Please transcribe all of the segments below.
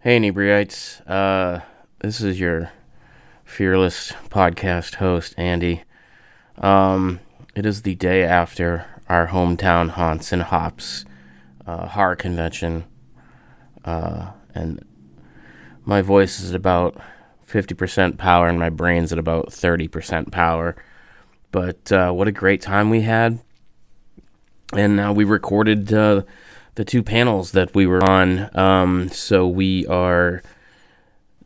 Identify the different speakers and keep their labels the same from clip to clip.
Speaker 1: Hey, inebriates. Uh, this is your fearless podcast host, Andy. Um, it is the day after our hometown haunts and hops uh, horror convention, uh, and my voice is at about fifty percent power, and my brain's at about thirty percent power. But uh, what a great time we had! and uh, we recorded uh, the two panels that we were on. Um, so we are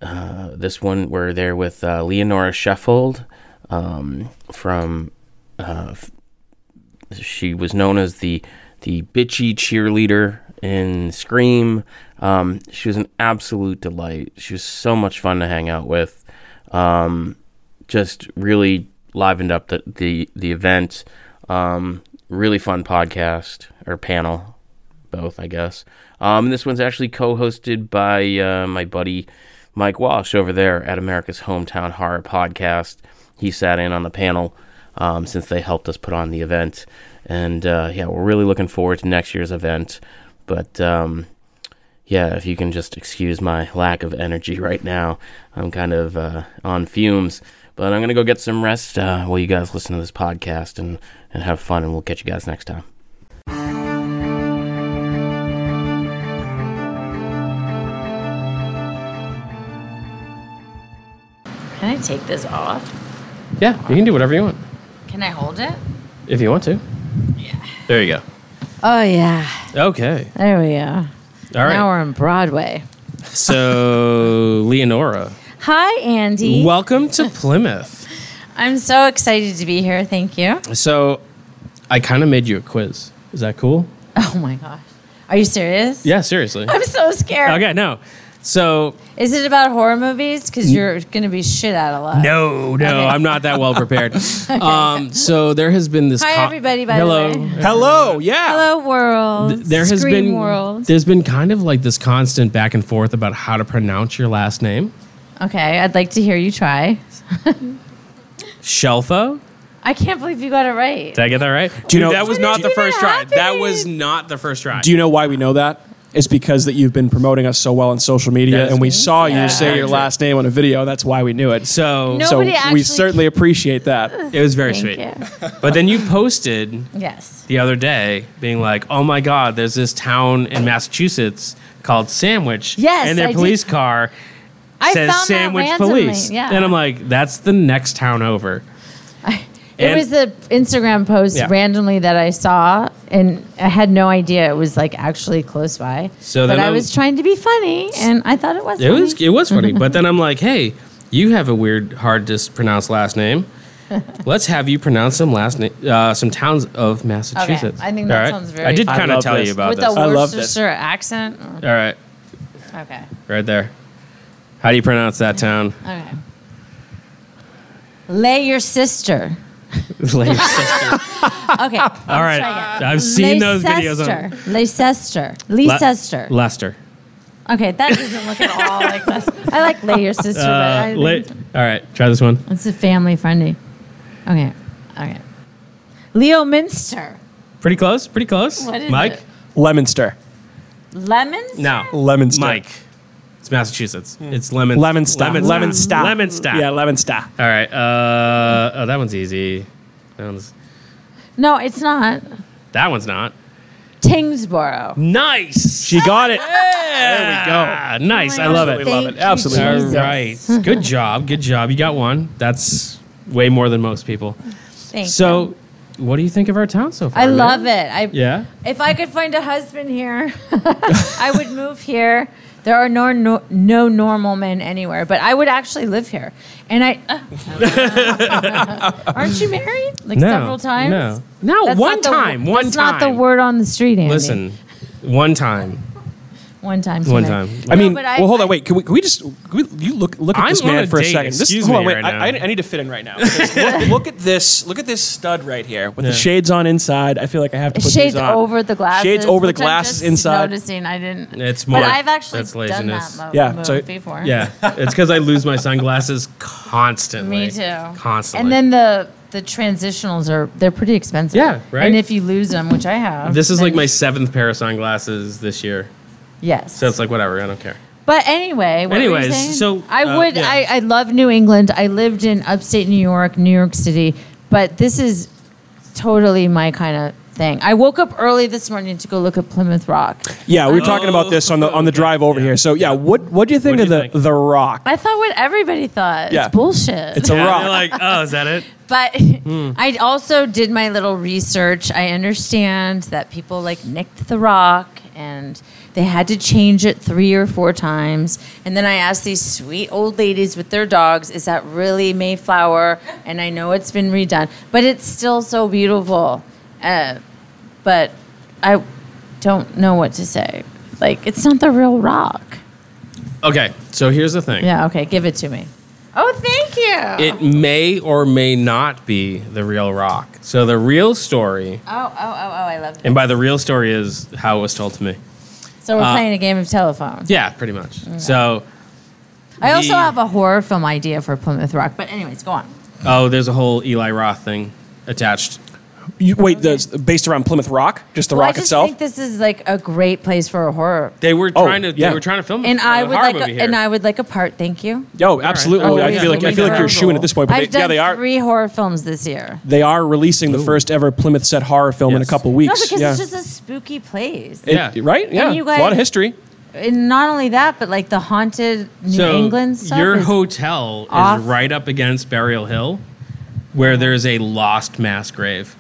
Speaker 1: uh, this one we're there with uh, Leonora Sheffield um, from uh, f- she was known as the the bitchy cheerleader in Scream. Um, she was an absolute delight. She was so much fun to hang out with. Um, just really livened up the the, the event. Um, really fun podcast or panel, both I guess. Um, and this one's actually co-hosted by uh, my buddy Mike Walsh over there at America's Hometown Horror Podcast. He sat in on the panel um, since they helped us put on the event, and uh, yeah, we're really looking forward to next year's event. But um, yeah, if you can just excuse my lack of energy right now, I'm kind of uh, on fumes. But I'm gonna go get some rest uh, while you guys listen to this podcast and and have fun, and we'll catch you guys next time.
Speaker 2: Can I take this off?
Speaker 3: Yeah, you can do whatever you want
Speaker 2: Can I hold it?
Speaker 3: if you want to.
Speaker 2: Yeah.
Speaker 3: There you
Speaker 2: Oh yeah.
Speaker 3: go. Okay.
Speaker 2: There we are.
Speaker 3: All
Speaker 2: Now
Speaker 3: right.
Speaker 2: we're on Broadway.
Speaker 3: So, Leonora,
Speaker 2: Hi, Andy.
Speaker 3: welcome to Plymouth.
Speaker 2: I'm so excited to be here. Thank you.
Speaker 3: So, I kind of made you a quiz. Is that cool?
Speaker 2: Oh my gosh. Are you serious?
Speaker 3: Yeah, seriously.
Speaker 2: I'm so scared.
Speaker 3: Okay, no. So,
Speaker 2: Is it about horror movies? Because you're gonna be shit out a lot.
Speaker 3: no, no, I'm not that well prepared. um, so, there has been this.
Speaker 2: Hi,
Speaker 3: co-
Speaker 2: everybody, by the
Speaker 3: Hello.
Speaker 2: way.
Speaker 3: Hello. Yeah.
Speaker 2: Hello world.
Speaker 3: There has
Speaker 2: Scream
Speaker 3: been
Speaker 2: world.
Speaker 3: there's been kind of like this constant back and forth about how to pronounce your last name.
Speaker 2: Okay, I'd like to hear you try.
Speaker 3: Shelfo?
Speaker 2: I can't believe you got it right.
Speaker 3: Did I get that right?
Speaker 4: Do you know-
Speaker 3: that was
Speaker 4: When
Speaker 3: not
Speaker 2: did
Speaker 3: the
Speaker 2: you
Speaker 3: first
Speaker 2: even
Speaker 3: try.
Speaker 2: have
Speaker 3: That
Speaker 2: it?
Speaker 3: was not the first try.
Speaker 4: Do you know why we know that? It's because that you've been promoting us so well on social
Speaker 3: That
Speaker 4: media,
Speaker 3: is-
Speaker 4: and we saw you say
Speaker 3: Very
Speaker 4: your
Speaker 3: true.
Speaker 4: last name on a video. That's why we knew it. So,
Speaker 3: so
Speaker 2: No.
Speaker 4: so
Speaker 2: Nobody actually-
Speaker 4: we certainly appreciate that.
Speaker 3: it was very
Speaker 2: Thank
Speaker 3: sweet.
Speaker 2: you.
Speaker 3: But then you posted
Speaker 2: Yes.
Speaker 3: the other day being like, "Oh my god, there's this town in Massachusetts called Sandwich
Speaker 2: Yes,
Speaker 3: and their
Speaker 2: I did.
Speaker 3: police car
Speaker 2: I
Speaker 3: says
Speaker 2: found
Speaker 3: Sandwich
Speaker 2: that randomly.
Speaker 3: Police."
Speaker 2: Yeah.
Speaker 3: And I'm like, "That's the next town over."
Speaker 2: It
Speaker 3: And-
Speaker 2: was the Instagram post
Speaker 3: Yeah.
Speaker 2: randomly that I saw, and I had no idea it was like actually close by.
Speaker 3: So
Speaker 2: but
Speaker 3: then
Speaker 2: I
Speaker 3: I-
Speaker 2: was trying to be funny, and I thought it was.
Speaker 3: It
Speaker 2: funny.
Speaker 3: was it was funny, but then I'm like, "Hey, you have a weird hard to s- pronounce last name." Let's have you pronounce some last name, uh, some towns of Massachusetts.
Speaker 2: I think that
Speaker 3: All right?
Speaker 2: sounds very
Speaker 3: I did
Speaker 2: fun.
Speaker 4: I
Speaker 3: kind of
Speaker 4: love
Speaker 3: tell
Speaker 4: this.
Speaker 3: you about
Speaker 2: with
Speaker 3: this.
Speaker 2: a
Speaker 4: I love this.
Speaker 2: Worcestershire accent. Mm,
Speaker 3: All right,
Speaker 2: Okay,
Speaker 3: right there. How do you pronounce that town?
Speaker 2: okay. Lay your sister.
Speaker 3: Leicester.
Speaker 2: Okay,
Speaker 3: All right,
Speaker 2: try
Speaker 3: I've seen those videos on
Speaker 2: Leicester. Leicester.
Speaker 3: Le-
Speaker 2: Leicester.
Speaker 3: Leicester.
Speaker 2: okay, that doesn't look at all like this. I like lay your sister, but I
Speaker 3: Uh,
Speaker 2: think
Speaker 3: Le- All right, try this one.
Speaker 2: It's a family friendly. Okay. Okay. Leo Minster.
Speaker 3: Pretty close. Pretty close.
Speaker 2: What is
Speaker 3: Mike?
Speaker 2: it?
Speaker 4: Lemonster,
Speaker 2: Lemons?
Speaker 3: No.
Speaker 4: Lemonster,
Speaker 3: Mike. It's Massachusetts. It's lemon.
Speaker 4: Lemon stop.
Speaker 3: Lemon,
Speaker 4: Hmm. Lemon
Speaker 3: stop.
Speaker 4: stop.
Speaker 3: Lemon stop.
Speaker 4: Yeah, Lemonster.
Speaker 3: All right. Uh, oh, that one's easy. That one's,
Speaker 2: No, it's not.
Speaker 3: that one's not.
Speaker 2: Tingsboro.
Speaker 3: Nice.
Speaker 4: She got it.
Speaker 3: Ah, nice.
Speaker 2: my
Speaker 3: I love
Speaker 2: gosh,
Speaker 3: it.
Speaker 4: Oh Absolutely love
Speaker 2: Thank
Speaker 4: it.
Speaker 2: you,
Speaker 4: Absolutely.
Speaker 3: All
Speaker 2: Jesus.
Speaker 3: right. Good job. Good job. You got one. That's way more than most people.
Speaker 2: Thank you.
Speaker 3: So, what do you think of our town so far?
Speaker 2: I
Speaker 3: man?
Speaker 2: love it. I
Speaker 3: Yeah.
Speaker 2: if I could find a husband here, I would move here. There are no, no no normal men anywhere, but I would actually live here. And I Aren't you married? Like several times?
Speaker 3: No. No,
Speaker 2: That's
Speaker 3: one
Speaker 2: not the-
Speaker 3: time. one
Speaker 2: that's not
Speaker 3: time.
Speaker 2: the word on the street, Andy.
Speaker 3: Listen, one time.
Speaker 2: One time.
Speaker 3: One
Speaker 2: tonight.
Speaker 3: time.
Speaker 4: I mean,
Speaker 2: but I-
Speaker 4: well, hold
Speaker 2: I-
Speaker 4: on, wait. Can we, can we just can we, you look look at
Speaker 3: I'm
Speaker 4: this
Speaker 3: on
Speaker 4: man
Speaker 3: a
Speaker 4: for a
Speaker 3: date,
Speaker 4: second? This,
Speaker 3: excuse
Speaker 4: hold
Speaker 3: me
Speaker 4: on, wait.
Speaker 3: right
Speaker 4: I, I,
Speaker 3: now.
Speaker 4: I need to fit in right now. Because look, look at this. Look at this stud right here with
Speaker 3: Yeah.
Speaker 4: the shades on inside. I feel like I have to put
Speaker 2: Shades
Speaker 4: these on.
Speaker 2: over the glasses.
Speaker 4: Shades over the
Speaker 2: which I'm
Speaker 4: glasses
Speaker 2: just
Speaker 4: inside.
Speaker 2: Noticing, I didn't.
Speaker 3: It's more-
Speaker 2: But I've actually
Speaker 3: that's
Speaker 2: done that
Speaker 3: laziness.
Speaker 2: mo-
Speaker 4: Yeah,
Speaker 2: move
Speaker 4: so-
Speaker 2: before.
Speaker 3: Yeah, it's because I lose my sunglasses constantly.
Speaker 2: Me too.
Speaker 3: Constantly.
Speaker 2: And then the the transitionals are they're pretty expensive.
Speaker 3: Yeah, right?
Speaker 2: And if you lose them, which I have.
Speaker 3: this is
Speaker 2: then-
Speaker 3: like my seventh pair of sunglasses this year.
Speaker 2: yes.
Speaker 3: So it's like whatever, I don't care.
Speaker 2: But anyway, what were you
Speaker 3: Anyways,
Speaker 2: saying?
Speaker 3: so,
Speaker 2: I
Speaker 3: uh,
Speaker 2: would
Speaker 3: yeah.
Speaker 2: I, I love New England. I lived in upstate New York, New York City, but this is totally my kind of thing. I woke up early this morning to go look at Plymouth Rock.
Speaker 5: Yeah, we were talking
Speaker 4: Oh,
Speaker 5: about this on the on the drive over here. So yeah, what what do you think
Speaker 3: What
Speaker 5: of
Speaker 3: do you
Speaker 5: the
Speaker 3: think?
Speaker 5: the rock?
Speaker 2: I thought what everybody thought.
Speaker 5: Yeah.
Speaker 2: It's bullshit.
Speaker 5: It's a
Speaker 3: Yeah,
Speaker 5: rock.
Speaker 3: they're like, oh, is that it?
Speaker 2: But
Speaker 3: Hmm.
Speaker 2: I also did my little research. I understand that people like nicked the rock and they had to change it three or four times. And then I asked these sweet old ladies with their dogs, is that really Mayflower? And I know it's been redone, but it's still so beautiful. Uh, but I don't know what to say. Like, it's not the real rock.
Speaker 3: Okay, so here's the thing.
Speaker 2: Yeah, okay, give it to me. Oh, thank you.
Speaker 3: It may or may not be the real rock. So the real story,
Speaker 2: oh, oh, oh, oh, I love it.
Speaker 3: and uh, by the real story is how it was told to me.
Speaker 2: So we're playing a game of telephone.
Speaker 3: Yeah, pretty much.
Speaker 2: Mm.
Speaker 3: So,
Speaker 2: I also
Speaker 3: The-
Speaker 2: have a horror film idea for Plymouth Rock, but anyways, go on.
Speaker 3: oh, there's a whole Eli Roth thing attached.
Speaker 5: You, wait, that's based around Plymouth Rock, just the
Speaker 2: Well, I
Speaker 5: rock
Speaker 2: just
Speaker 5: itself.
Speaker 2: think this is like a great place for a horror,
Speaker 3: They were
Speaker 5: Oh,
Speaker 3: trying to.
Speaker 5: yeah.
Speaker 3: They were trying to film.
Speaker 2: and
Speaker 3: a
Speaker 2: I would
Speaker 3: horror
Speaker 2: like,
Speaker 3: movie
Speaker 2: a,
Speaker 3: here.
Speaker 2: and I would like a part. Thank you.
Speaker 5: Yo, absolutely.
Speaker 3: Oh,
Speaker 5: I
Speaker 3: yeah,
Speaker 5: feel like I
Speaker 3: Plymouth
Speaker 5: feel like
Speaker 3: Rock.
Speaker 5: you're shooing at this point, but
Speaker 2: I've
Speaker 5: they, yeah,
Speaker 2: done
Speaker 5: they are
Speaker 2: three horror films this year.
Speaker 5: they are releasing the first ever Plymouth set horror film in a
Speaker 3: Yes.
Speaker 5: couple
Speaker 2: No,
Speaker 5: weeks.
Speaker 2: because
Speaker 5: yeah.
Speaker 2: it's just a spooky place,
Speaker 5: It-
Speaker 3: Yeah.
Speaker 5: right. Yeah,
Speaker 2: you
Speaker 5: a lot
Speaker 2: guys-
Speaker 5: of history.
Speaker 2: and not only that, but like the haunted New
Speaker 3: so
Speaker 2: England stuff.
Speaker 3: Your
Speaker 2: is-
Speaker 3: hotel
Speaker 2: off.
Speaker 3: is right up against Burial Hill, where there's a lost mass grave.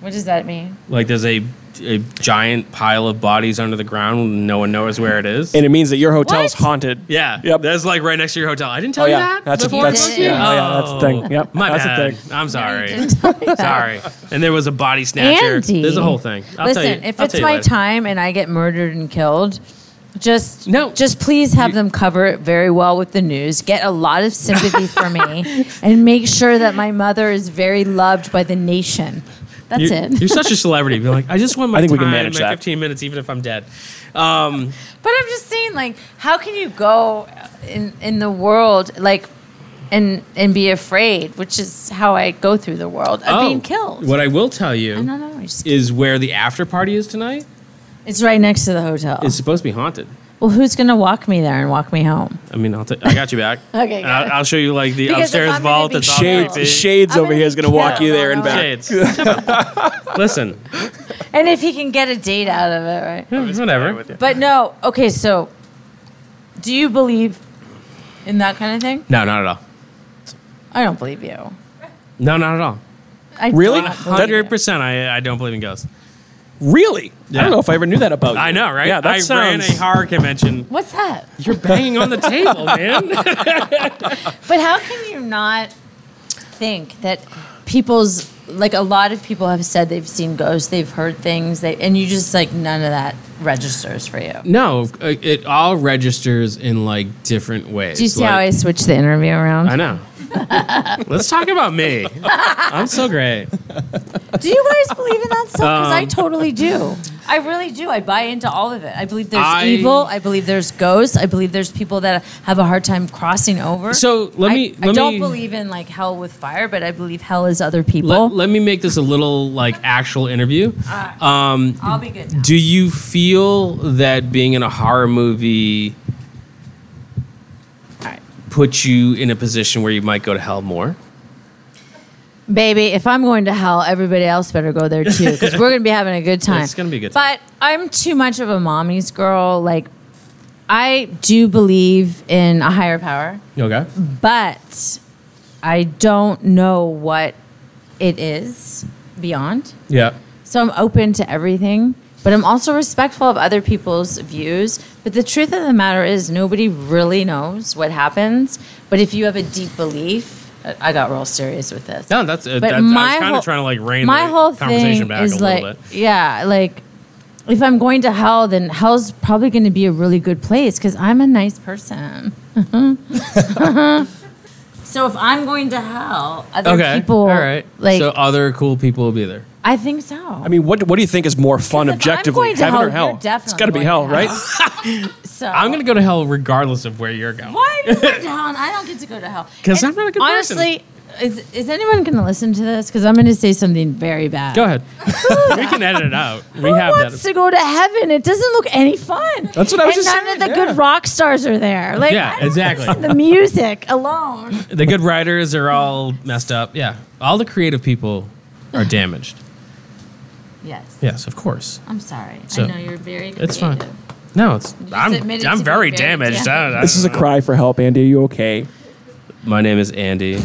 Speaker 2: what does that mean?
Speaker 3: Like there's a a giant pile of bodies under the ground. No one knows where it is.
Speaker 5: And it means that your hotel's
Speaker 2: What?
Speaker 5: haunted.
Speaker 3: yeah,
Speaker 5: Yep.
Speaker 3: that's like right next to your hotel. I didn't tell
Speaker 5: Oh,
Speaker 3: you
Speaker 5: yeah.
Speaker 3: that.
Speaker 5: That's a-
Speaker 3: before I
Speaker 2: that's-
Speaker 3: booked you?
Speaker 2: yeah,
Speaker 5: oh, yeah, that's the thing. Yep,
Speaker 3: My
Speaker 5: that's the
Speaker 3: bad.
Speaker 5: thing.
Speaker 3: I'm sorry.
Speaker 2: didn't tell me that.
Speaker 3: Sorry. And there was a body snatcher.
Speaker 2: Andy.
Speaker 3: There's a whole thing. I'll
Speaker 2: Listen,
Speaker 3: tell you,
Speaker 2: if
Speaker 3: I'll
Speaker 2: it's
Speaker 3: tell you
Speaker 2: my
Speaker 3: later.
Speaker 2: time and I get murdered and killed, just
Speaker 3: No.
Speaker 2: just please have them cover it very well with the news. Get a lot of sympathy for me, and make sure that my mother is very loved by the nation. That's
Speaker 3: You're,
Speaker 2: it.
Speaker 3: you're such a celebrity. Be like, I just want my
Speaker 5: I think we
Speaker 3: time,
Speaker 5: can manage
Speaker 3: my
Speaker 5: that.
Speaker 3: 15 minutes, even if I'm dead. Um,
Speaker 2: But I'm just saying, like, how can you go in in the world like and and be afraid, which is how I go through the world of
Speaker 3: oh,
Speaker 2: being killed.
Speaker 3: What I will tell
Speaker 2: I
Speaker 3: you
Speaker 2: don't know. I just-
Speaker 3: is where the after party is tonight
Speaker 2: It's right next to the hotel.
Speaker 3: is supposed to be haunted.
Speaker 2: well, who's gonna walk me there and walk me home?
Speaker 3: I mean, I'll t- I got you back.
Speaker 2: Okay,
Speaker 3: And
Speaker 2: got it.
Speaker 3: I'll, I'll show you like the
Speaker 2: Because if
Speaker 3: upstairs
Speaker 2: I'm gonna
Speaker 3: vault
Speaker 2: be
Speaker 3: that's all
Speaker 2: Shades-
Speaker 3: creepy.
Speaker 5: Shades
Speaker 2: I'm
Speaker 5: over
Speaker 2: gonna
Speaker 5: here
Speaker 2: be
Speaker 5: is going to walk
Speaker 2: killed.
Speaker 5: you there and
Speaker 2: No, no,
Speaker 5: back.
Speaker 3: Shades. Listen,
Speaker 2: And if he can get a date out of it, right?
Speaker 3: whatever.
Speaker 2: But no, okay, so do you believe in that kind of thing?
Speaker 3: No, not at all.
Speaker 2: I don't believe you.
Speaker 3: No, not at all.
Speaker 2: I
Speaker 5: Really?
Speaker 2: don't believe you.
Speaker 3: 100% I, I don't believe in ghosts.
Speaker 5: Really? I
Speaker 3: Yeah.
Speaker 5: don't know if I ever knew that about you.
Speaker 3: I know, right?
Speaker 5: Yeah, that
Speaker 3: I
Speaker 5: sounds.
Speaker 3: ran a horror convention.
Speaker 2: What's that?
Speaker 3: You're banging on the table, man.
Speaker 2: But how can you not think that people's like a lot of people have said they've seen ghosts, they've heard things, they and you just like none of that registers for you.
Speaker 3: no, uh, it all registers in like different ways.
Speaker 2: Do you see how I
Speaker 3: Like-
Speaker 2: switched the interview around?
Speaker 3: I know. Let's talk about me. I'm so great.
Speaker 2: Do you guys believe in that stuff? Because I
Speaker 3: Um,
Speaker 2: totally do. I really do. I buy into all of it. I believe there's
Speaker 3: I-
Speaker 2: evil. I believe there's ghosts. I believe there's people that have a hard time crossing over.
Speaker 3: So, let
Speaker 2: I-
Speaker 3: me-
Speaker 2: I,
Speaker 3: let
Speaker 2: don't
Speaker 3: me-
Speaker 2: believe in like hell with fire, but I believe hell is other people.
Speaker 3: Let, let me make this a little like actual interview.
Speaker 2: I'll be good. Now.
Speaker 3: Do you feel that being in a horror movie puts you in a position where you might go to hell more?
Speaker 2: Baby, if I'm going to hell, everybody else better go there too, because we're going to be having a good time.
Speaker 3: It's gonna be a good
Speaker 2: But I'm too much of a mommy's girl. Like, I do believe in a higher power,
Speaker 3: Okay.
Speaker 2: but I don't know what it is beyond.
Speaker 3: Yeah.
Speaker 2: So I'm open to everything, but I'm also respectful of other people's views. But the truth of the matter is, nobody really knows what happens. But if you have a deep belief, I- I got real serious with this.
Speaker 3: No, that's. Uh,
Speaker 2: But
Speaker 3: that, I was
Speaker 2: my
Speaker 3: kind
Speaker 2: whole-
Speaker 3: of trying to like rein
Speaker 2: my
Speaker 3: the
Speaker 2: whole
Speaker 3: conversation
Speaker 2: thing
Speaker 3: back
Speaker 2: is
Speaker 3: a
Speaker 2: like,
Speaker 3: little bit.
Speaker 2: yeah, like if I'm going to hell, then hell's probably going to be a really good place because I'm a nice person. so if I'm going to hell, other
Speaker 3: Okay.
Speaker 2: people,
Speaker 3: All right.
Speaker 2: like
Speaker 3: so other cool people will be there.
Speaker 2: I think so. I
Speaker 5: I mean, what what do you think is more fun
Speaker 2: Because if I'm
Speaker 5: objectively,
Speaker 2: going to
Speaker 5: heaven or
Speaker 2: hell,
Speaker 5: hell?
Speaker 2: you're
Speaker 5: it's
Speaker 2: definitely
Speaker 5: got to be
Speaker 2: going
Speaker 5: hell,
Speaker 2: to
Speaker 5: right?
Speaker 2: so
Speaker 3: I'm gonna go to hell regardless of where you're going.
Speaker 2: Why are you going to hell and I don't get to go to hell?
Speaker 3: 'Cause
Speaker 2: And
Speaker 3: I'm not a good person.
Speaker 2: honestly, Is, is anyone going to listen to this? Because I'm going to say something very bad.
Speaker 3: Go ahead. we can edit it out. We
Speaker 2: Who
Speaker 3: have
Speaker 2: wants
Speaker 3: that.
Speaker 2: to go to heaven? It doesn't look any fun.
Speaker 5: That's what I was
Speaker 2: and
Speaker 5: just
Speaker 2: none
Speaker 5: saying,
Speaker 2: of the
Speaker 5: yeah.
Speaker 2: good rock stars are there. Like
Speaker 3: Yeah,
Speaker 2: I don't
Speaker 3: exactly.
Speaker 2: listen to The music alone.
Speaker 3: The good writers are all messed up. Yeah. All the creative people are damaged.
Speaker 2: Yes.
Speaker 3: Yes, of course.
Speaker 2: I'm sorry.
Speaker 3: So,
Speaker 2: I know you're very creative.
Speaker 3: It's fine. No, it's I'm
Speaker 2: admitted
Speaker 3: I'm
Speaker 2: to be very
Speaker 3: very damaged. I don't- I
Speaker 5: This is a
Speaker 3: don't know.
Speaker 5: cry for help, Andy. Are you okay?
Speaker 3: My name is Andy.
Speaker 2: All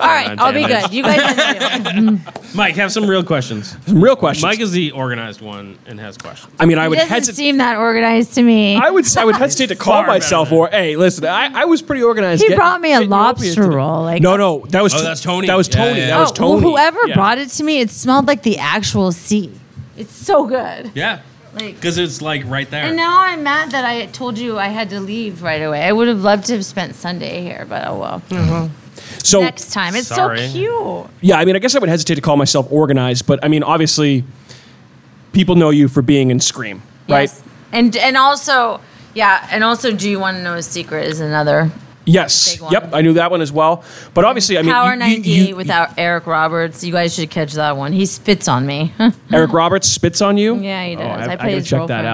Speaker 2: right, I'll be
Speaker 3: damaged.
Speaker 2: good. You guys can do it.
Speaker 3: Mike, have some real questions.
Speaker 5: Some real questions.
Speaker 3: Mike is the organized one and has questions.
Speaker 5: I mean, I
Speaker 2: It
Speaker 5: would
Speaker 2: doesn't
Speaker 5: hesitate.
Speaker 2: seem that organized to me.
Speaker 5: I would I would hesitate to call
Speaker 3: Far better
Speaker 5: myself
Speaker 3: than-
Speaker 5: or hey, listen, I, I was pretty organized.
Speaker 2: he
Speaker 5: getting-
Speaker 2: brought me a
Speaker 5: getting your opiates
Speaker 2: lobster
Speaker 5: today.
Speaker 2: roll. Like
Speaker 5: No, no, that was
Speaker 3: Oh, that's Tony.
Speaker 5: That was
Speaker 3: Yeah,
Speaker 5: Tony.
Speaker 3: yeah,
Speaker 5: That
Speaker 3: yeah.
Speaker 5: was
Speaker 2: Oh, well,
Speaker 5: Tony.
Speaker 2: whoever
Speaker 3: Yeah.
Speaker 2: brought it to me, it smelled like the actual sea. It's so good.
Speaker 3: Yeah.
Speaker 2: Like,
Speaker 3: Because it's like right there.
Speaker 2: and uh, now I'm mad that I told you I had to leave right away. I would have loved to have spent Sunday here, but oh well.
Speaker 5: so
Speaker 2: Next time, it's
Speaker 3: Sorry.
Speaker 2: so cute.
Speaker 5: yeah, I mean, I guess I would hesitate to call myself organized, but I mean, obviously, people know you for being in Scream, right?
Speaker 2: Yes. And and also, yeah, and also, do you want to know a secret? Is another
Speaker 5: Yes.
Speaker 2: Big one.
Speaker 5: Yep, I knew that one as well. But obviously, I mean,
Speaker 2: Power
Speaker 5: you- you-
Speaker 2: 98
Speaker 5: you-
Speaker 2: without Eric Roberts. You guys should catch that one. He spits on me.
Speaker 5: Eric Roberts spits on you.
Speaker 2: Yeah, he does. I
Speaker 5: Oh, I,
Speaker 2: play
Speaker 5: gotta
Speaker 2: his
Speaker 5: check that
Speaker 2: girlfriend.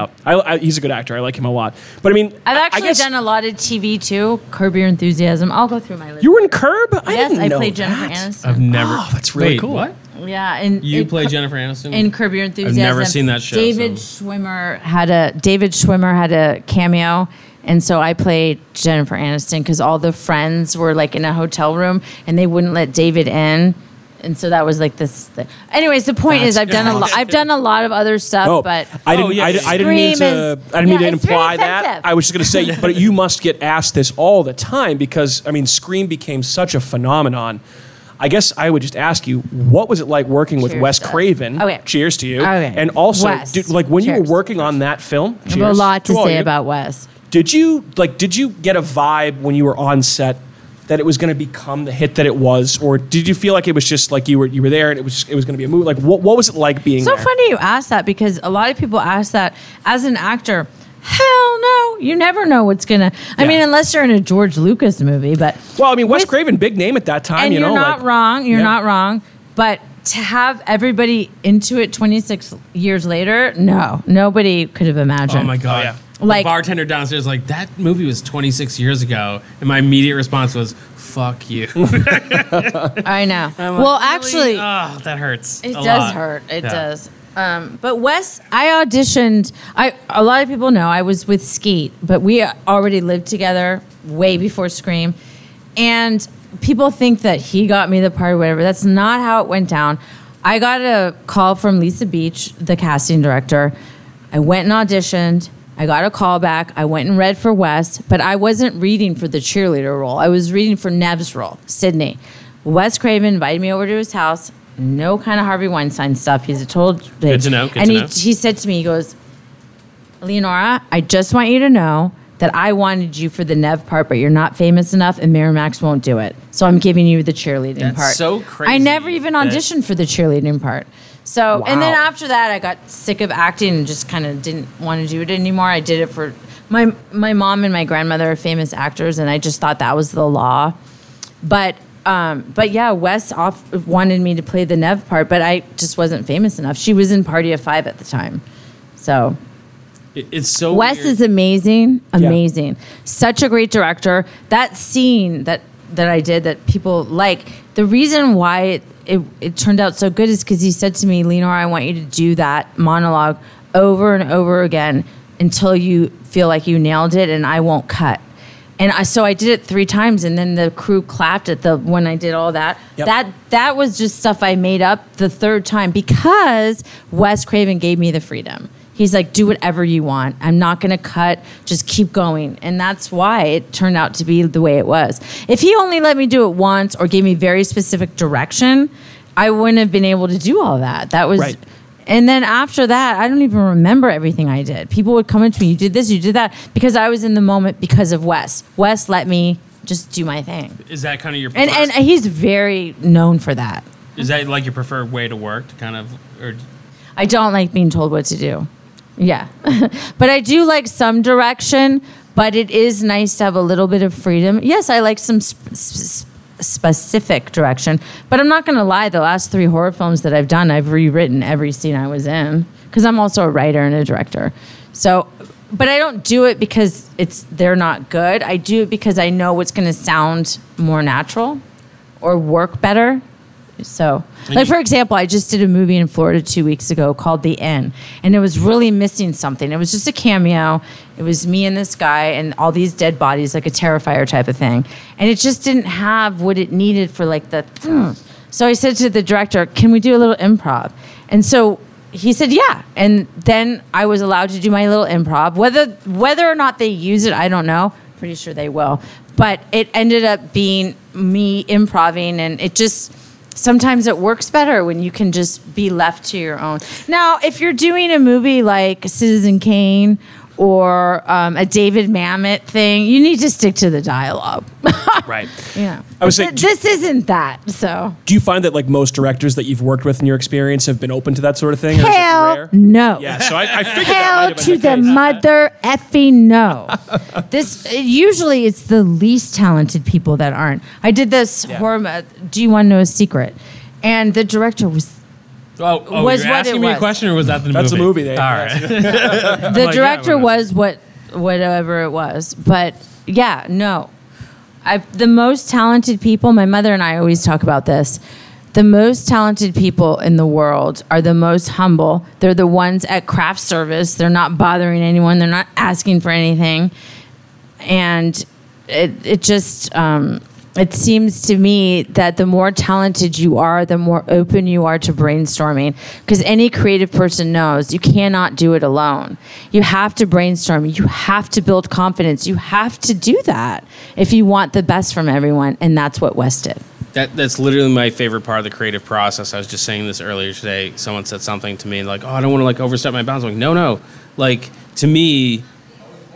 Speaker 5: out. I, I, he's a good actor. I like him a lot. But I mean,
Speaker 2: I've actually
Speaker 5: I guess
Speaker 2: done a lot of TV too. Curb Your Enthusiasm. I'll go through my list.
Speaker 5: You were in Curb. I
Speaker 2: yes,
Speaker 5: didn't
Speaker 2: I
Speaker 5: know
Speaker 2: played Jennifer
Speaker 5: that.
Speaker 2: Aniston.
Speaker 3: I've never.
Speaker 5: Oh, that's really
Speaker 3: Wait,
Speaker 5: cool.
Speaker 3: What?
Speaker 2: Yeah, and
Speaker 3: You
Speaker 2: and
Speaker 3: play
Speaker 2: Cur-
Speaker 3: Jennifer Aniston?
Speaker 2: in Curb Your Enthusiasm.
Speaker 3: seen that show,
Speaker 2: David
Speaker 3: so-
Speaker 2: Schwimmer had a David Schwimmer had a cameo, and so I played Jennifer Aniston because all the friends were like in a hotel room and they wouldn't let David in. And so that was like this. Thing. Anyways, the point is, I've done a lot. I've done a lot of other stuff,
Speaker 5: Oh,
Speaker 2: but
Speaker 5: I didn't.
Speaker 3: Oh, yeah,
Speaker 5: I,
Speaker 3: yeah,
Speaker 5: I didn't mean
Speaker 2: Scream
Speaker 5: to.
Speaker 2: is-
Speaker 5: I didn't mean
Speaker 2: yeah,
Speaker 5: to
Speaker 2: it's very
Speaker 5: imply that.
Speaker 2: offensive.
Speaker 5: I was just going to say, but you must get asked this all the time because I mean, Scream became such a phenomenon. I guess I would just ask you, what was it like working with
Speaker 2: Cheers
Speaker 5: Wes
Speaker 2: to us.
Speaker 5: Craven?
Speaker 2: Okay.
Speaker 5: Cheers to you.
Speaker 2: Okay.
Speaker 5: And also,
Speaker 2: Wes.
Speaker 5: did- like when you were
Speaker 2: Cheers.
Speaker 5: working on that film,
Speaker 2: I have a
Speaker 5: cheers
Speaker 2: lot to
Speaker 5: all
Speaker 2: say
Speaker 5: you.
Speaker 2: about Wes.
Speaker 5: Did you like? Did you get a vibe when you were on set that it was going to become the hit that it was, or did you feel like it was just like you were you were there and it was just, it was going to be a movie? Like, what what was it like being
Speaker 2: so
Speaker 5: there?
Speaker 2: funny you ask that because a lot of people ask that as an actor hell no you never know what's gonna i
Speaker 5: Yeah.
Speaker 2: mean unless you're in a george lucas movie but
Speaker 5: Well, I mean, Wes
Speaker 2: With-
Speaker 5: Craven, big name at that time.
Speaker 2: and
Speaker 5: you
Speaker 2: you are
Speaker 5: know,
Speaker 2: not
Speaker 5: oh, like,
Speaker 2: wrong you're
Speaker 5: Yeah.
Speaker 2: not wrong but to have everybody into it 26 years later no nobody could have imagined
Speaker 3: Oh my god!
Speaker 5: yeah.
Speaker 2: Like-
Speaker 3: the bartender downstairs, like that movie was 26 years ago, and my immediate response was, "Fuck you."
Speaker 2: i know well actually
Speaker 3: oh, that hurts.
Speaker 2: It
Speaker 3: a
Speaker 2: does
Speaker 3: lot.
Speaker 2: hurt. It
Speaker 3: Yeah.
Speaker 2: does. Um, but Wes, I auditioned. I a lot of people know I was with Skeet, but we already lived together way before Scream, and people think that he got me the part or whatever. That's not how it went down. I got a call from Lisa Beach, the casting director. I went and auditioned. I got a call back. I went and read for Wes, but I wasn't reading for the cheerleader role. I was reading for Nev's role, Sydney. Wes Craven invited me over to his house. No kind of Harvey Weinstein stuff. He's a total
Speaker 3: to know, good
Speaker 2: and
Speaker 3: to
Speaker 2: he,
Speaker 3: know.
Speaker 2: he said to me, he goes, Leonora, I just want you to know that I wanted you for the Nev part, but you're not famous enough, and Miramax won't do it. So I'm giving you the cheerleading
Speaker 3: That's
Speaker 2: part.
Speaker 3: so crazy
Speaker 2: I never even
Speaker 3: that-
Speaker 2: auditioned for the cheerleading part. So and then
Speaker 5: Wow.
Speaker 2: after that, I got sick of acting and just kind of didn't want to do it anymore. I did it for my my mom and my grandmother are famous actors, and I just thought that was the law. But um, but yeah, Wes off wanted me to play the Nev part, but I just wasn't famous enough. She was in Party of Five at the time, so
Speaker 3: It- it's so.
Speaker 2: Wes
Speaker 3: weird.
Speaker 2: is amazing, amazing, such a great director. That scene that that I did that people like. The reason why it it, it turned out so good is because he said to me, Lenore, I want you to do that monologue over and over again until you feel like you nailed it, and I won't cut. And I, so I did it three times, and then the crew clapped at the when I did all that.
Speaker 5: Yep.
Speaker 2: That that was just stuff I made up the third time because Wes Craven gave me the freedom. He's like, do whatever you want. I'm not going to cut. Just keep going. And that's why it turned out to be the way it was. If he only let me do it once or gave me very specific direction, I wouldn't have been able to do all that. That was
Speaker 5: Right.
Speaker 2: and then after that, I don't even remember everything I did. People would come up to me, you did this, you did that, because I was in the moment because of Wes. Wes let me just do my thing.
Speaker 3: Is that kind of your?
Speaker 2: And,
Speaker 3: preferred-
Speaker 2: and he's very known for that.
Speaker 3: is that like your preferred way to work? To kind of, or
Speaker 2: I don't like being told what to do. Yeah. but I do like some direction, but it is nice to have a little bit of freedom. Yes, I like some sp- sp- sp- specific direction. But I'm not going to lie, the last three horror films that I've done, I've rewritten every scene I was in because I'm also a writer and a director. So, but I don't do it because it's they're not good. I do it because I know what's going to sound more natural or work better. So, like for example, I just did a movie in Florida two weeks ago called The Inn, and it was really missing something. It was just a cameo. It was me and this guy and all these dead bodies, like a terrifier type of thing, and it just didn't have what it needed for like the. "Mm." So I said to the director, "Can we do a little improv?" And so he said, "Yeah." And then I was allowed to do my little improv. Whether whether or not they use it, I don't know. Pretty sure they will, but it ended up being me improving, and it just sometimes it works better when you can just be left to your own. Now, if you're doing a movie like Citizen Kane or um, a David Mamet thing, you need to stick to the dialogue.
Speaker 5: Right.
Speaker 2: yeah.
Speaker 5: I would say-
Speaker 2: this isn't that. So
Speaker 5: Do you find that like most directors that you've worked with in your experience have been open to that sort of thing? or is it
Speaker 2: hell
Speaker 5: rare?
Speaker 2: no.
Speaker 5: Yeah. So I, I figured that might
Speaker 2: Hell
Speaker 5: have been
Speaker 2: to
Speaker 5: the
Speaker 2: the
Speaker 5: case.
Speaker 2: mother effing no. this usually it's the least talented people that aren't. I did this horror. mo- Do you want to know a secret? And the director was
Speaker 3: Oh, oh
Speaker 2: Was
Speaker 3: you're
Speaker 2: what
Speaker 3: asking
Speaker 2: it
Speaker 3: me
Speaker 2: was.
Speaker 3: a question, or was that the
Speaker 5: That's a movie.
Speaker 3: movie?
Speaker 5: They,
Speaker 3: All right.
Speaker 2: the
Speaker 3: like, yeah,
Speaker 2: director
Speaker 3: whatever.
Speaker 2: was what whatever it was but yeah no I, the most talented people my mother and i always talk about this the most talented people in the world are the most humble they're the ones at craft service they're not bothering anyone they're not asking for anything and it it just um, it seems to me that the more talented you are, the more open you are to brainstorming. Because any creative person knows you cannot do it alone. You have to brainstorm. You have to build confidence. You have to do that if you want the best from everyone. And that's what West did.
Speaker 3: That that's literally my favorite part of the creative process. I was just saying this earlier today. Someone said something to me like, "Oh, I don't want to like overstep my bounds." I'm like, no, no. Like to me,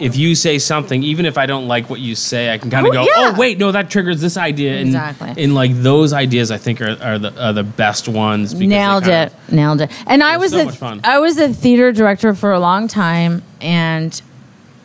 Speaker 3: if you say something, even if I don't like what you say, I can kind
Speaker 2: Oh,
Speaker 3: of go,
Speaker 2: yeah.
Speaker 3: "Oh, wait, no, that triggers this idea." And,
Speaker 2: Exactly.
Speaker 3: And like those ideas, I think are, are the are the best ones. because they
Speaker 2: nailed
Speaker 3: kind
Speaker 2: it,
Speaker 3: of-
Speaker 2: nailed it. And I
Speaker 3: It
Speaker 2: was
Speaker 3: was so
Speaker 2: a-
Speaker 3: much fun.
Speaker 2: I was a theater director for a long time, and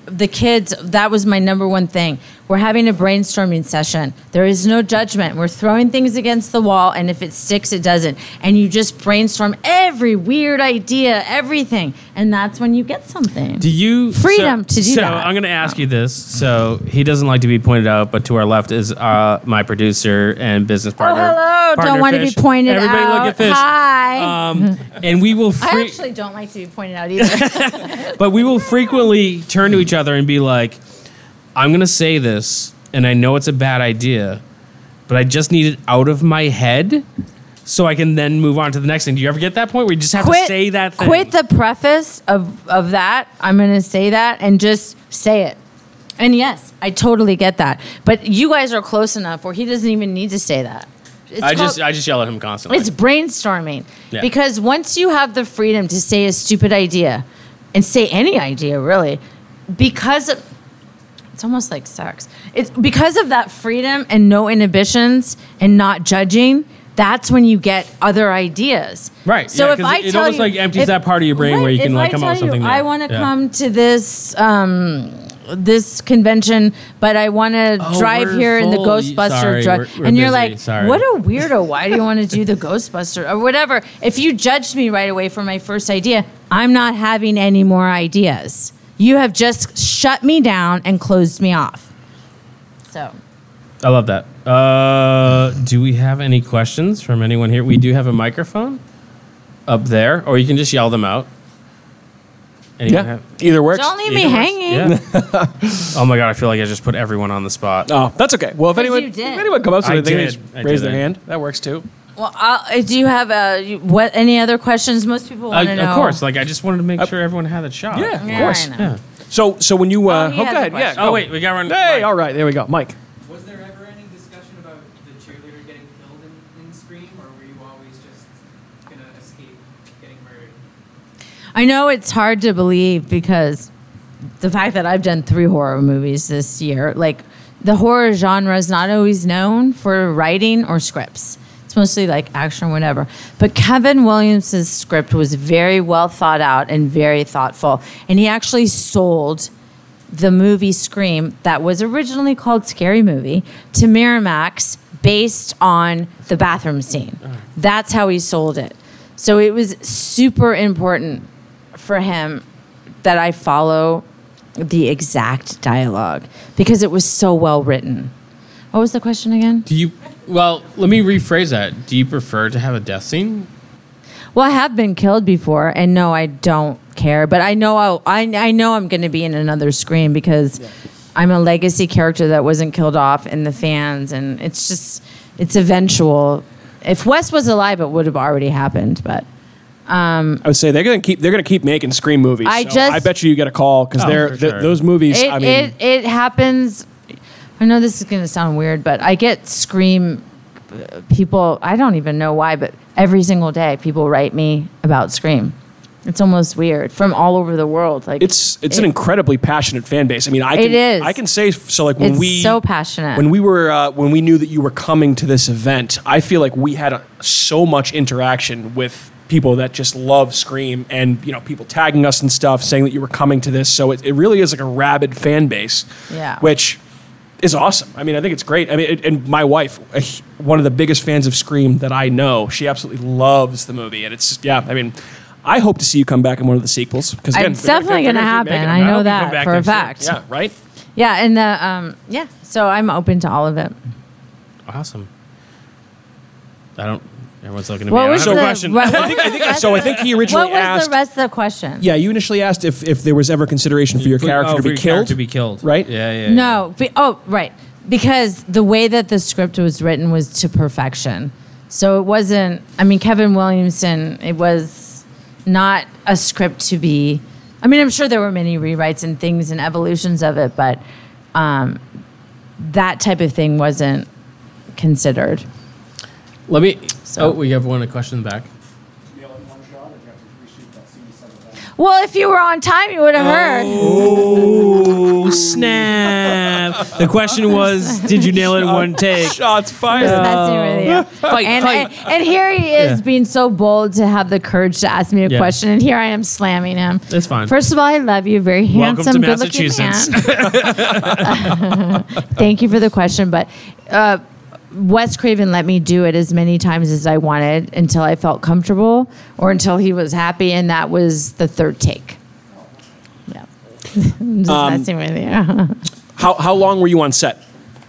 Speaker 2: the kids. That was my number one thing. We're having a brainstorming session. There is no judgment. We're throwing things against the wall, and if it sticks, it doesn't. And you just brainstorm every weird idea, everything, and that's when you get something.
Speaker 3: Do you
Speaker 2: Freedom
Speaker 3: so-
Speaker 2: to do
Speaker 3: so
Speaker 2: that.
Speaker 3: I'm going to ask you this. So he doesn't like to be pointed out, but to our left is uh, my producer and business partner.
Speaker 2: Oh, hello. Don't
Speaker 3: partner
Speaker 2: wanna be
Speaker 3: Fish.
Speaker 2: pointed
Speaker 3: Everybody
Speaker 2: out.
Speaker 3: Look at Fish.
Speaker 2: Hi.
Speaker 3: Um, and we will. Free-
Speaker 2: I actually don't like to be pointed out either.
Speaker 3: but we will frequently turn to each other and be like, I'm going to say this, and I know it's a bad idea, but I just need it out of my head so I can then move on to the next thing. Do you ever get that point where you just have to say that thing?
Speaker 2: Quit the preface of, of that. I'm going to say that and just say it. And yes, I totally get that. But you guys are close enough where he doesn't even need to say that. It's
Speaker 3: I
Speaker 2: called-
Speaker 3: just, I just yell at him constantly.
Speaker 2: it's brainstorming.
Speaker 3: Yeah.
Speaker 2: Because once you have the freedom to say a stupid idea and say any idea, really, because of, it's almost like sex. It's because of that freedom and no inhibitions and not judging. That's when you get other ideas.
Speaker 3: Right,
Speaker 2: So
Speaker 3: yeah,
Speaker 2: if
Speaker 3: 'cause
Speaker 2: I
Speaker 3: it- it
Speaker 2: tell
Speaker 3: almost,
Speaker 2: you-
Speaker 3: like, empties that part of your brain where you
Speaker 2: if
Speaker 3: can, like,
Speaker 2: I
Speaker 3: come
Speaker 2: tell
Speaker 3: up with
Speaker 2: you,
Speaker 3: something
Speaker 2: I
Speaker 3: new.
Speaker 2: want to
Speaker 3: Yeah.
Speaker 2: come to this. Um, this convention, but I want to
Speaker 3: Oh,
Speaker 2: drive
Speaker 3: we're
Speaker 2: here in the
Speaker 3: full. You-
Speaker 2: Ghostbuster
Speaker 3: sorry,
Speaker 2: drive,
Speaker 3: we're- we're
Speaker 2: and you're
Speaker 3: busy.
Speaker 2: like,
Speaker 3: Sorry.
Speaker 2: "What a weirdo! Why do you want to do the Ghostbuster or whatever?" If you judged me right away for my first idea, I'm not having any more ideas. You have just shut me down and closed me off. So
Speaker 3: I love that. Uh, do we have any questions from anyone here? We do have a microphone up there, or you can just yell them out. Anyone
Speaker 5: Yeah.
Speaker 3: have-
Speaker 5: Either works.
Speaker 2: don't leave me
Speaker 3: Either works.
Speaker 2: hanging.
Speaker 3: Yeah. oh my god, I feel like I just put everyone on the spot.
Speaker 5: Oh, that's okay. Well, if anyone,
Speaker 2: you
Speaker 5: if
Speaker 2: did.
Speaker 5: anyone comes up
Speaker 3: I
Speaker 5: to me, they
Speaker 3: did.
Speaker 5: just
Speaker 3: I
Speaker 5: raise
Speaker 3: did
Speaker 5: their
Speaker 3: it.
Speaker 5: hand. That works too.
Speaker 2: Well, I'll, do you have uh, you- what? Any other questions? Most people
Speaker 3: Uh,
Speaker 2: want to know.
Speaker 3: of course, like I just wanted to make sure everyone had that shot.
Speaker 5: Yeah, of
Speaker 2: Yeah,
Speaker 5: course.
Speaker 2: I know.
Speaker 5: So, so when you,
Speaker 2: Oh,
Speaker 5: uh, oh,
Speaker 2: he
Speaker 5: go
Speaker 2: has a
Speaker 5: ahead. Yeah.
Speaker 2: question.
Speaker 3: Oh wait, we got one.
Speaker 5: Hey,
Speaker 3: Mike.
Speaker 5: all right, there we go, Mike.
Speaker 6: Was there ever any discussion about the cheerleader getting killed in, in Scream, or were you always just gonna escape getting murdered?
Speaker 2: I know it's hard to believe because the fact that I've done three horror movies this year, like the horror genre is not always known for writing or scripts. It's mostly like action or whatever. But Kevin Williams' script was very well thought out and very thoughtful. And he actually sold the movie Scream, that was originally called Scary Movie, to Miramax based on the bathroom scene. That's how he sold it. So it was super important for him that I follow the exact dialogue because it was so well written. What was the question again?
Speaker 3: Do you? Well, let me rephrase that. Do you prefer to have a death scene?
Speaker 2: Well, I have been killed before, and no, I don't care. But I know I'll, I I know I'm going to be in another scream because I'm a legacy character that wasn't killed off in the fans, and it's just it's eventual. If Wes was alive, it would have already happened. But
Speaker 5: I would say they're going to keep they're going to keep making Scream movies.
Speaker 2: I
Speaker 5: so
Speaker 2: just-
Speaker 5: I bet you you get a call because
Speaker 3: Oh,
Speaker 5: they're
Speaker 3: for
Speaker 5: th-
Speaker 3: sure.
Speaker 5: those movies.
Speaker 2: it
Speaker 5: I mean,
Speaker 2: it, it happens. I know this is going to sound weird, but I get scream uh, people. I don't even know why, but every single day people write me about scream. It's almost weird from all over the world. Like
Speaker 5: it's it's an
Speaker 2: it-
Speaker 5: incredibly passionate fan base. I mean, I can,
Speaker 2: It is.
Speaker 5: I can say so. Like when
Speaker 2: It's
Speaker 5: we
Speaker 2: so passionate.
Speaker 5: when we were uh, when we knew that you were coming to this event, I feel like we had a, so much interaction with people that just love Scream and you know people tagging us and stuff saying that you were coming to this. So it, it really is like a rabid fan base.
Speaker 2: Yeah.
Speaker 5: which is awesome. I mean, I think it's great. I mean, it, and my wife, a h- one of the biggest fans of Scream that I know, she absolutely loves the movie, and it's just, yeah. I mean. I hope to see you come back in one of the sequels because
Speaker 2: it's definitely going to happen. I
Speaker 3: I hope
Speaker 2: know
Speaker 3: you come
Speaker 2: that
Speaker 3: back
Speaker 2: for a
Speaker 3: next year.
Speaker 2: fact.
Speaker 5: Yeah, right.
Speaker 2: Yeah, and the um, yeah. So I'm open to all of it.
Speaker 3: Awesome. I don't. Everyone's looking at
Speaker 2: What
Speaker 3: me.
Speaker 2: was
Speaker 3: I don't
Speaker 2: the
Speaker 3: have a question.
Speaker 2: What,
Speaker 5: I think, I think so. I think he originally
Speaker 2: what was
Speaker 5: asked.
Speaker 2: the rest of the question?
Speaker 5: yeah, you initially asked if, if there was ever consideration for your
Speaker 3: Oh,
Speaker 5: character to
Speaker 3: for
Speaker 5: be
Speaker 3: your
Speaker 5: killed.
Speaker 3: character to be killed.
Speaker 5: right?
Speaker 3: Yeah. Yeah. yeah.
Speaker 2: No. Be, oh, right. Because the way that the script was written was to perfection. So it wasn't. I mean, Kevin Williamson. It was not a script to be. I mean, I'm sure there were many rewrites and things and evolutions of it, but um, that type of thing wasn't considered.
Speaker 3: Let me.
Speaker 2: So-
Speaker 3: Oh, we have one question in the back.
Speaker 2: Well, if you were on time, you would have heard.
Speaker 3: Oh snap! The question was, did you nail it in one take?
Speaker 5: Shots fired.
Speaker 2: just messing with you. and, and- and here he is
Speaker 3: Yeah.
Speaker 2: being so bold to have the courage to ask me a
Speaker 3: Yeah.
Speaker 2: question, and here I am slamming him.
Speaker 3: That's fine.
Speaker 2: First of all, I love you. Very
Speaker 3: Welcome
Speaker 2: handsome,
Speaker 3: to
Speaker 2: good-looking man. Thank you for the question, but. Uh, Wes Craven let me do it as many times as I wanted until I felt comfortable or until he was happy, and that was the third take. Yeah, I'm just messing with you.
Speaker 5: How, how long were you on set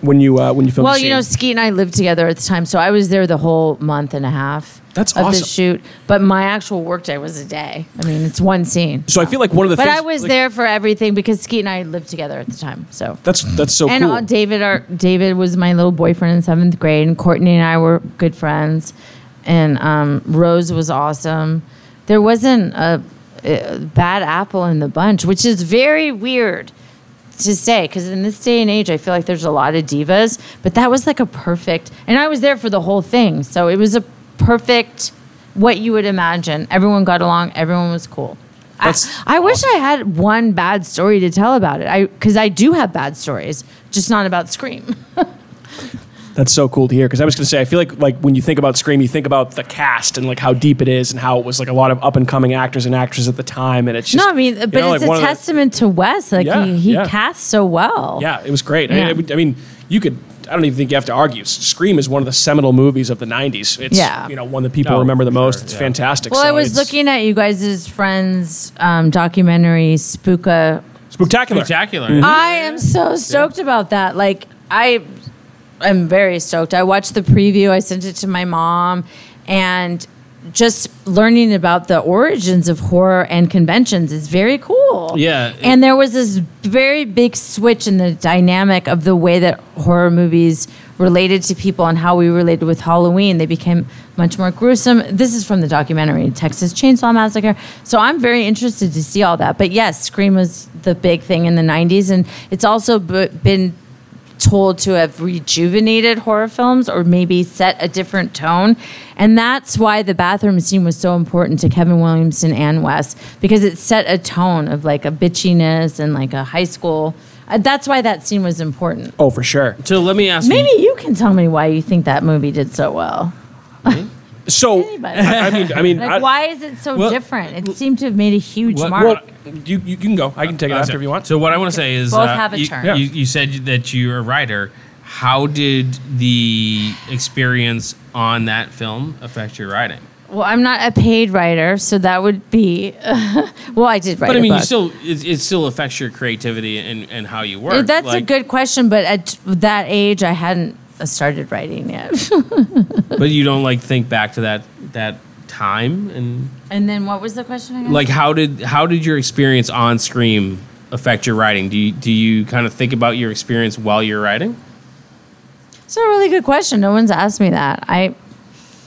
Speaker 5: when you uh, when you filmed?
Speaker 2: Well,
Speaker 5: the scene?
Speaker 2: you know, Skeet and I lived together at the time, so I was there the whole month and a half.
Speaker 5: That's
Speaker 2: of
Speaker 5: awesome.
Speaker 2: the shoot, but my actual work day was a day. I mean, it's one scene.
Speaker 5: so I feel like one of the
Speaker 2: But
Speaker 5: things,
Speaker 2: I was
Speaker 5: like,
Speaker 2: there for everything because Skeet and I lived together at the time. So
Speaker 5: That's that's so
Speaker 2: and
Speaker 5: cool.
Speaker 2: uh, David, our, David was my little boyfriend in seventh grade, and Courtney and I were good friends. And um, Rose was awesome. There wasn't a, a bad apple in the bunch, which is very weird to say because in this day and age, I feel like there's a lot of divas. But that was like a perfect, and I was there for the whole thing, so it was a perfect what you would imagine. Everyone got along. Everyone was cool. I,
Speaker 5: That's
Speaker 2: I wish I had one bad story to tell about it. I because I do have bad stories, just not about Scream.
Speaker 5: That's so cool to hear because I was going to say I feel like like when you think about Scream, you think about the cast and like how deep it is and how it was like a lot of up and coming actors and actresses at the time, and it's just
Speaker 2: no, I mean, but
Speaker 5: you know,
Speaker 2: it's
Speaker 5: like, one
Speaker 2: a
Speaker 5: of the-
Speaker 2: testament to Wes. Like
Speaker 5: Yeah,
Speaker 2: he, he
Speaker 5: yeah.
Speaker 2: casts so well.
Speaker 5: Yeah, it was great.
Speaker 2: Yeah.
Speaker 5: I, mean, I mean, you could. I don't even think you have to argue. Scream is one of the seminal movies of the '90s. It's
Speaker 2: Yeah.
Speaker 5: you know one that people
Speaker 3: Oh,
Speaker 5: remember the
Speaker 3: for
Speaker 5: most.
Speaker 3: sure,
Speaker 5: it's
Speaker 3: yeah.
Speaker 5: fantastic.
Speaker 2: Well,
Speaker 5: So
Speaker 2: I was
Speaker 5: it's
Speaker 2: looking at you guys' friends' um, documentary, Spooka
Speaker 5: spectacular.
Speaker 3: Spectacular.
Speaker 2: I am so stoked about that. Like I am very stoked. I watched the preview. I sent it to my mom and just learning about the origins of horror and conventions is very cool.
Speaker 3: Yeah.
Speaker 2: And there was this very big switch in the dynamic of the way that horror movies related to people and how we related with Halloween. They became much more gruesome. This is from the documentary Texas Chainsaw Massacre. So I'm very interested to see all that. But yes, Scream was the big thing in the 90s. And it's also b- been told to have rejuvenated horror films or maybe set a different tone. And that's why the bathroom scene was so important to Kevin Williamson and Wes because it set a tone of like a bitchiness and like a high school. Uh, that's why that scene was important.
Speaker 5: Oh, for sure.
Speaker 3: So let me ask you.
Speaker 2: Maybe you can tell me why you think that movie did so well.
Speaker 5: so
Speaker 2: Anybody.
Speaker 5: I, I mean, I mean,
Speaker 2: Like,
Speaker 5: I-
Speaker 2: why is it so
Speaker 3: Well-
Speaker 2: different? It seemed to have made a huge
Speaker 3: What-
Speaker 2: mark.
Speaker 5: well, Uh, you, you can go. I can take it
Speaker 3: Okay.
Speaker 5: after if you want.
Speaker 3: So what I want to say is, uh,
Speaker 2: Both have a
Speaker 3: you,
Speaker 2: turn.
Speaker 3: you- you said that you're a writer. How did the experience on that film affect your writing?
Speaker 2: Well, I'm not a paid writer, so that would be. well, I did write.
Speaker 3: But I
Speaker 2: a
Speaker 3: mean, you
Speaker 2: book.
Speaker 3: still it, it still affects your creativity and, and how you work.
Speaker 2: Uh, That's a
Speaker 3: Like,
Speaker 2: good question, but at that age, I hadn't uh, started writing yet.
Speaker 3: But you don't like think back to that that time and
Speaker 2: and then what was the question again?
Speaker 3: like how did how did your experience on Scream affect your writing? Do you do you kind of think about your experience while you're writing?
Speaker 2: it's a really good question. No one's asked me that. I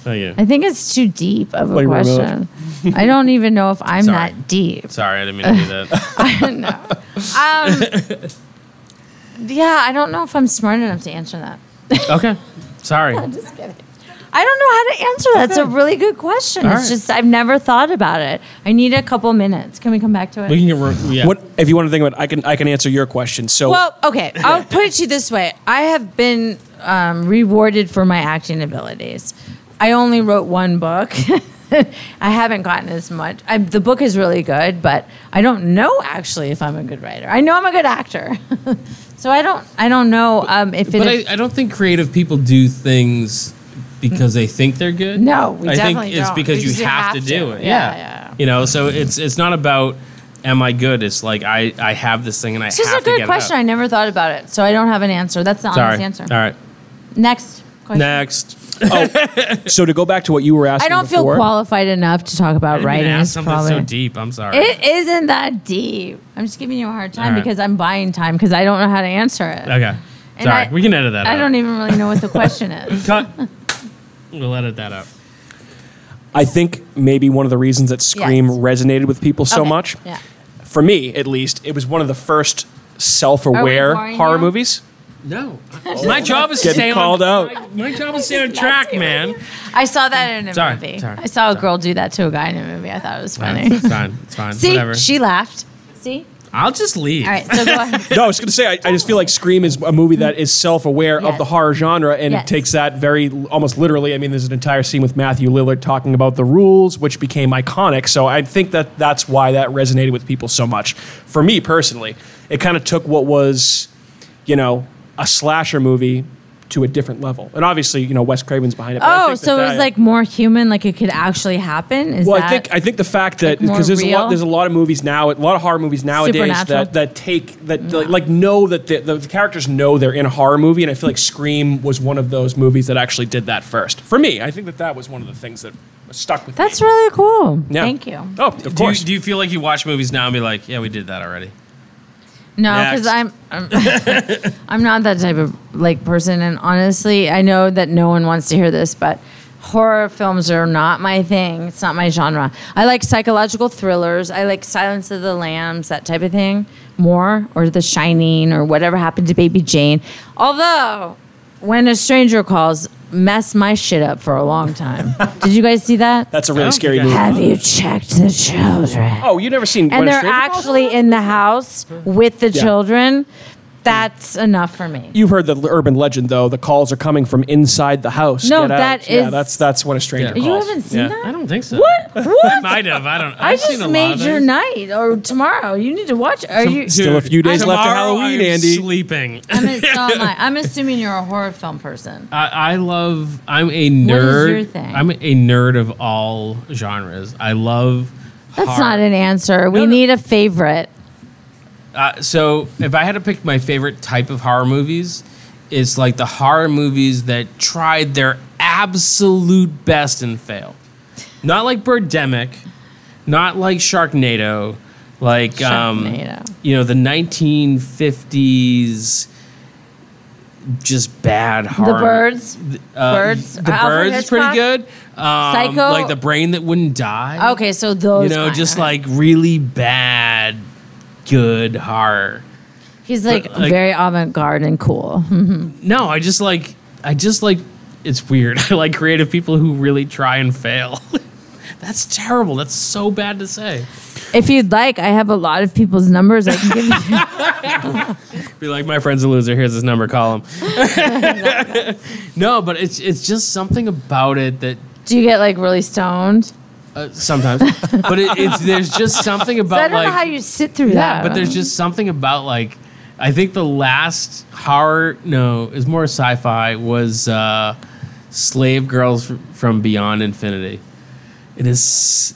Speaker 3: Oh yeah.
Speaker 2: I think it's too deep of a
Speaker 5: Like remote.
Speaker 2: question. I don't even know if I'm
Speaker 3: Sorry.
Speaker 2: that deep.
Speaker 3: Sorry, I didn't mean to do that.
Speaker 2: Yeah, I don't know if I'm smart enough to answer that.
Speaker 3: okay. Sorry.
Speaker 2: Just kidding. I don't know how to answer that. It's a really good question.
Speaker 3: All
Speaker 2: it's
Speaker 3: right.
Speaker 2: just I've never thought about it. I need a couple minutes. Can we come back to it?
Speaker 3: We can get ro- yeah.
Speaker 5: What if you want to think about? It, I can I can answer your question.
Speaker 3: Oh.
Speaker 5: So
Speaker 2: Well, okay. I'll put it to you this way: I have been um, rewarded for my acting abilities. I only wrote one book. I haven't gotten as much. I, the book is really good, but I don't know actually if I'm a good writer. I know I'm a good actor, so I don't. I don't know um, if it.
Speaker 3: But I, I don't think creative people do things because they think they're good.
Speaker 2: No, we
Speaker 3: I think
Speaker 2: definitely
Speaker 3: it's
Speaker 2: don't,
Speaker 3: because you have, to do it. Yeah.
Speaker 2: yeah.
Speaker 3: You know, so it's it's not about am I good? It's like I I have this thing and I
Speaker 2: it's just
Speaker 3: have
Speaker 2: a
Speaker 3: to
Speaker 2: good
Speaker 3: get
Speaker 2: question.
Speaker 3: it
Speaker 2: I never thought about it, so I don't have an answer. That's the
Speaker 3: out. Sorry.
Speaker 2: honest answer.
Speaker 3: All right.
Speaker 2: Next question.
Speaker 3: Next.
Speaker 5: Oh, so to go back to what you were asking,
Speaker 2: I don't feel
Speaker 5: before,
Speaker 2: qualified enough to talk about
Speaker 3: I didn't
Speaker 2: writing.
Speaker 3: ask
Speaker 2: is
Speaker 3: something
Speaker 2: probably.
Speaker 3: so deep. I'm sorry.
Speaker 2: It isn't that deep. I'm just giving you a hard time
Speaker 3: All right.
Speaker 2: because I'm buying time because I don't know how to answer it.
Speaker 3: okay.
Speaker 2: And
Speaker 3: Sorry.
Speaker 2: I-
Speaker 3: we can edit that
Speaker 2: I
Speaker 3: out.
Speaker 2: don't even really know what the question is.
Speaker 3: Cut. We'll edit that out.
Speaker 5: I think maybe one of the reasons that Scream
Speaker 2: Yes.
Speaker 5: resonated with people so
Speaker 2: Okay.
Speaker 5: much,
Speaker 2: Yeah.
Speaker 5: for me at least, it was one of the first
Speaker 2: Are
Speaker 5: self-aware
Speaker 2: we boring
Speaker 5: horror
Speaker 2: now?
Speaker 5: movies.
Speaker 3: No. My job is to
Speaker 5: Getting
Speaker 3: stay
Speaker 5: called
Speaker 3: on,
Speaker 5: out.
Speaker 3: My, my job is to stay on track, man.
Speaker 2: I saw that in a
Speaker 3: Sorry,
Speaker 2: movie.
Speaker 3: sorry,
Speaker 2: I saw a girl do that to a guy in a movie. I thought it was funny.
Speaker 3: It's fine. It's fine.
Speaker 2: See,
Speaker 3: Whatever.
Speaker 2: she laughed. See?
Speaker 3: I'll just leave.
Speaker 2: All right, so go ahead.
Speaker 5: No, I was going to say, I, I just feel like Scream is a movie that is self-aware of
Speaker 2: Yes.
Speaker 5: the horror genre, and
Speaker 2: Yes.
Speaker 5: it takes that very almost literally. I mean, there's an entire scene with Matthew Lillard talking about the rules, which became iconic. So I think that that's why that resonated with people so much. For me personally, it kind of took what was, you know, a slasher movie to a different level, and obviously, you know, Wes Craven's behind it. but I
Speaker 2: Oh,
Speaker 5: think that
Speaker 2: so it was
Speaker 5: that-
Speaker 2: like more human, like it could actually happen? Is
Speaker 5: well,
Speaker 2: that
Speaker 5: I think I think the fact that
Speaker 2: like, more
Speaker 5: because there's a
Speaker 2: real?
Speaker 5: lot there's a lot of movies now, a lot of horror movies nowadays
Speaker 2: Supernatural?
Speaker 5: that, that take that like, like know that the, the, the characters know they're in a horror movie, and I feel like Scream was one of those movies that actually did that first. For me, I think that that was one of the things that stuck with
Speaker 2: that's
Speaker 5: me.
Speaker 2: really cool.
Speaker 5: Yeah.
Speaker 2: Thank you.
Speaker 5: Oh, of
Speaker 3: Do you,
Speaker 5: course.
Speaker 3: do you feel like you watch movies now and be like, yeah, we did that already?
Speaker 2: No, because
Speaker 3: Next.
Speaker 2: I'm, I'm I'm not that type of like person, and honestly, I know that no one wants to hear this, but horror films are not my thing. It's not my genre. I like psychological thrillers. I like Silence of the Lambs, that type of thing, more, or The Shining, or whatever happened to Baby Jane. Although, when a stranger calls, messed my shit up for a long time. Did you guys see that?
Speaker 5: that's a really
Speaker 3: don't
Speaker 5: scary
Speaker 3: think I
Speaker 5: movie.
Speaker 2: Have you checked the children?
Speaker 5: Oh, you never seen? When
Speaker 2: and
Speaker 5: a
Speaker 2: they're
Speaker 5: Stranger Calls?
Speaker 2: actually in the house with the
Speaker 5: Yeah.
Speaker 2: children, that's enough for me.
Speaker 5: You've heard the l- urban legend, though. The calls are coming from inside the house.
Speaker 2: No,
Speaker 5: Get out.
Speaker 2: that
Speaker 5: yeah,
Speaker 2: is-
Speaker 5: that's that's when a stranger
Speaker 3: Yeah.
Speaker 5: calls.
Speaker 2: You haven't seen
Speaker 5: Yeah.
Speaker 2: that?
Speaker 3: don't think so.
Speaker 2: What? What?
Speaker 3: Might have. I don't. I've
Speaker 2: I
Speaker 3: seen a
Speaker 2: just
Speaker 3: lot
Speaker 2: made
Speaker 3: of
Speaker 2: your
Speaker 3: these.
Speaker 2: night or tomorrow. You need to watch. Are you?
Speaker 5: Still a few days
Speaker 3: Dude,
Speaker 5: left to
Speaker 3: tomorrow
Speaker 5: Halloween,
Speaker 3: I'm
Speaker 5: Andy.
Speaker 3: Sleeping.
Speaker 2: I'm, so am I. I'm assuming you're a horror film person.
Speaker 3: I, I love. I'm a nerd.
Speaker 2: What is your thing?
Speaker 3: I'm a nerd of all genres. I love.
Speaker 2: That's
Speaker 3: horror.
Speaker 2: not an answer. We
Speaker 3: no.
Speaker 2: need a favorite.
Speaker 3: Uh, so if I had to pick my favorite type of horror movies, it's like the horror movies that tried their absolute best and failed. Not like Birdemic, not like Sharknado, like um,
Speaker 2: Sharknado.
Speaker 3: you know the 1950s, just bad horror.
Speaker 2: The birds.
Speaker 3: Uh,
Speaker 2: birds.
Speaker 3: The
Speaker 2: Alfred
Speaker 3: birds is
Speaker 2: Hitchcock?
Speaker 3: pretty good. Um,
Speaker 2: Psycho? Oh,
Speaker 3: Like the brain that wouldn't die
Speaker 2: Okay, so those.
Speaker 3: you know,
Speaker 2: kinda.
Speaker 3: just like really bad, good horror.
Speaker 2: he's like,
Speaker 3: like-
Speaker 2: very avant-garde and cool. Hmm.
Speaker 3: No, I just like, I just like, it's weird. I like creative people who really try and fail. That's terrible. That's so bad to say.
Speaker 2: if you'd like, I have a lot of people's numbers. I can give you.
Speaker 3: Be like, my friend's a loser. Here's his number. Call him. no, but it's it's just something about it that
Speaker 2: Do you get like really stoned?
Speaker 3: uh, sometimes. but it, it's there's just something about
Speaker 2: 'Cause I don't
Speaker 3: Oh, like
Speaker 2: know how you sit through
Speaker 3: yeah,
Speaker 2: that.
Speaker 3: but there's just something about like I think the last horror no is more sci-fi was uh, Slave Girls fr- from Beyond Infinity. It is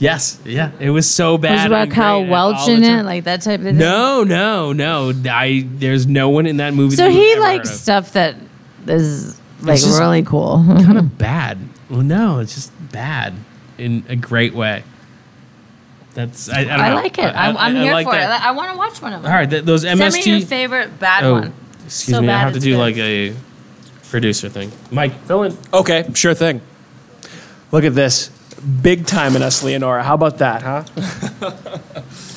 Speaker 3: yes yeah it was so
Speaker 2: Was
Speaker 3: bad. and
Speaker 2: Raquel
Speaker 3: great and all
Speaker 2: Welch
Speaker 3: the
Speaker 2: in
Speaker 3: time.
Speaker 2: it, like that type of thing.
Speaker 3: No, no, no. I there's no one in that movie.
Speaker 2: So
Speaker 3: that you
Speaker 2: he
Speaker 3: ever
Speaker 2: likes
Speaker 3: heard of.
Speaker 2: stuff that is like
Speaker 3: just-
Speaker 2: really cool.
Speaker 3: kind of bad. Well, no, it's just bad in a great way. That's I, I, don't
Speaker 2: I
Speaker 3: know.
Speaker 2: like it. I, am
Speaker 3: I
Speaker 2: here
Speaker 3: like
Speaker 2: for
Speaker 3: that.
Speaker 2: it. I want to watch one of them.
Speaker 3: All right, th- those MST.
Speaker 2: Send me your favorite bad
Speaker 3: oh,
Speaker 2: one.
Speaker 3: excuse
Speaker 2: So
Speaker 3: me. I
Speaker 2: bad
Speaker 3: have to
Speaker 2: it's
Speaker 3: do
Speaker 2: good.
Speaker 3: like a producer thing. Mike, fill in.
Speaker 5: Okay, sure thing. Look at this. Big time in us, Leonora. How about that, huh?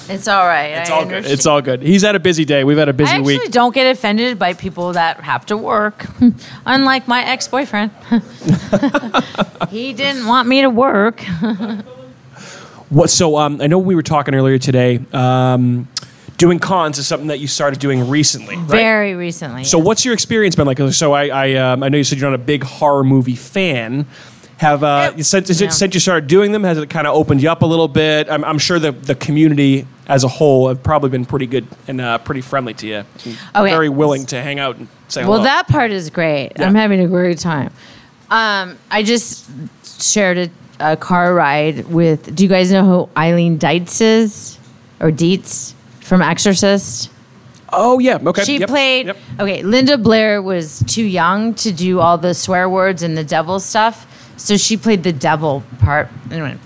Speaker 2: It's all right.
Speaker 5: It's
Speaker 2: I
Speaker 5: all good.
Speaker 2: understand.
Speaker 5: It's all good. He's had a busy day. We've had
Speaker 2: I
Speaker 5: a busy
Speaker 2: actually
Speaker 5: week.
Speaker 2: don't get offended by people that have to work, unlike my ex-boyfriend. he didn't want me to work.
Speaker 5: What? So um, I know we were talking earlier today. Um, doing cons is something that you started doing recently, right?
Speaker 2: Very recently.
Speaker 5: So what's your experience been like? So I, I, um, I know you said you're not a big horror movie fan. Have uh,
Speaker 2: Yep.
Speaker 5: since is
Speaker 2: Yeah.
Speaker 5: it, since you started doing them, has it kind of opened you up a little bit? I'm, I'm sure the the community as a whole have probably been pretty good and uh, pretty friendly to you. and
Speaker 2: Okay.
Speaker 5: Very willing to hang out and say
Speaker 2: Oh, Well,
Speaker 5: hello.
Speaker 2: that part is great. I'm having a great time. Um, I just shared a, a car ride with. Do you guys know who Eileen Dietz is, or Dietz from Exorcist?
Speaker 5: oh yeah, okay.
Speaker 2: She
Speaker 5: yep,
Speaker 2: played.
Speaker 5: yep.
Speaker 2: Okay, Linda Blair was too young to do all the swear words and the devil stuff, so she played the devil part. Anyway,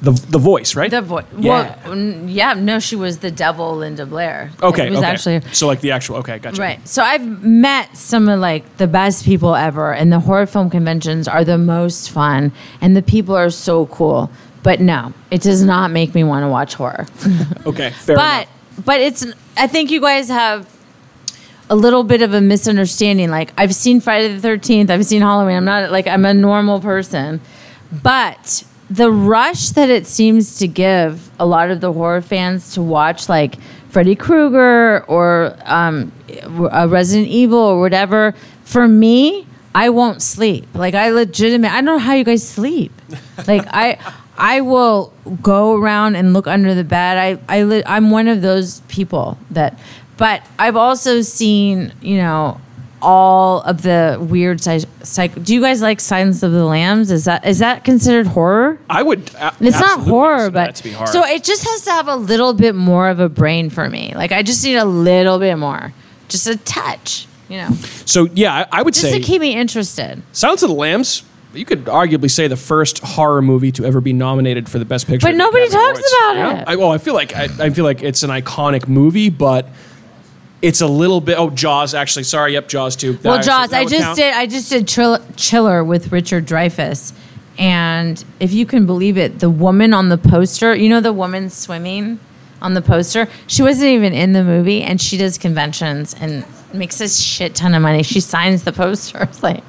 Speaker 5: the the voice, right?
Speaker 2: the voice.
Speaker 5: Yeah.
Speaker 2: Well, n- yeah. No, she was the devil, Linda Blair.
Speaker 5: okay,
Speaker 2: it was
Speaker 5: okay.
Speaker 2: actually
Speaker 5: so like the actual. Okay, gotcha.
Speaker 2: Right. So I've met some of like the best people ever, and the horror film conventions are the most fun, and the people are so cool. But no, it does not make me want to watch horror.
Speaker 5: Okay, fair
Speaker 2: but
Speaker 5: enough.
Speaker 2: but it's I think you guys have a little bit of a misunderstanding. Like I've seen Friday the Thirteenth, I've seen Halloween. I'm not like I'm a normal person, but the rush that it seems to give a lot of the horror fans to watch like Freddy Krueger or um, a Resident Evil or whatever. For me, I won't sleep. Like I legitimate. I don't know how you guys sleep. Like I. I will go around and look under the bed. I, I li- I'm one of those people that but I've also seen, you know, all of the weird psych. psych- do you guys like Silence of the Lambs? Is that is that considered horror?
Speaker 5: I would. a-
Speaker 2: It's not
Speaker 5: absolutely
Speaker 2: horror,
Speaker 5: consider that
Speaker 2: but
Speaker 5: to be horror.
Speaker 2: so it just has to have a little bit more of a brain for me. Like I just need a little bit more, just a touch, you know,
Speaker 5: So, yeah, I, I would
Speaker 2: just
Speaker 5: say
Speaker 2: to keep me interested.
Speaker 5: Silence of the Lambs. You could arguably say the first horror movie to ever be nominated for the best picture.
Speaker 2: But
Speaker 5: at the
Speaker 2: nobody
Speaker 5: Academy
Speaker 2: talks
Speaker 5: Awards.
Speaker 2: about it.
Speaker 5: I, well, I feel like I, I feel like it's an iconic movie, but it's a little bit. Oh, Jaws. Actually, sorry. Yep, Jaws too. That
Speaker 2: Well,
Speaker 5: actually-
Speaker 2: Jaws,
Speaker 5: that
Speaker 2: I
Speaker 5: would
Speaker 2: just
Speaker 5: count.
Speaker 2: did. I just did Trill- Chiller with Richard Dreyfuss, and if you can believe it, the woman on the poster, you know, the woman swimming on the poster, she wasn't even in the movie, and she does conventions and makes a shit ton of money. She signs the posters. Like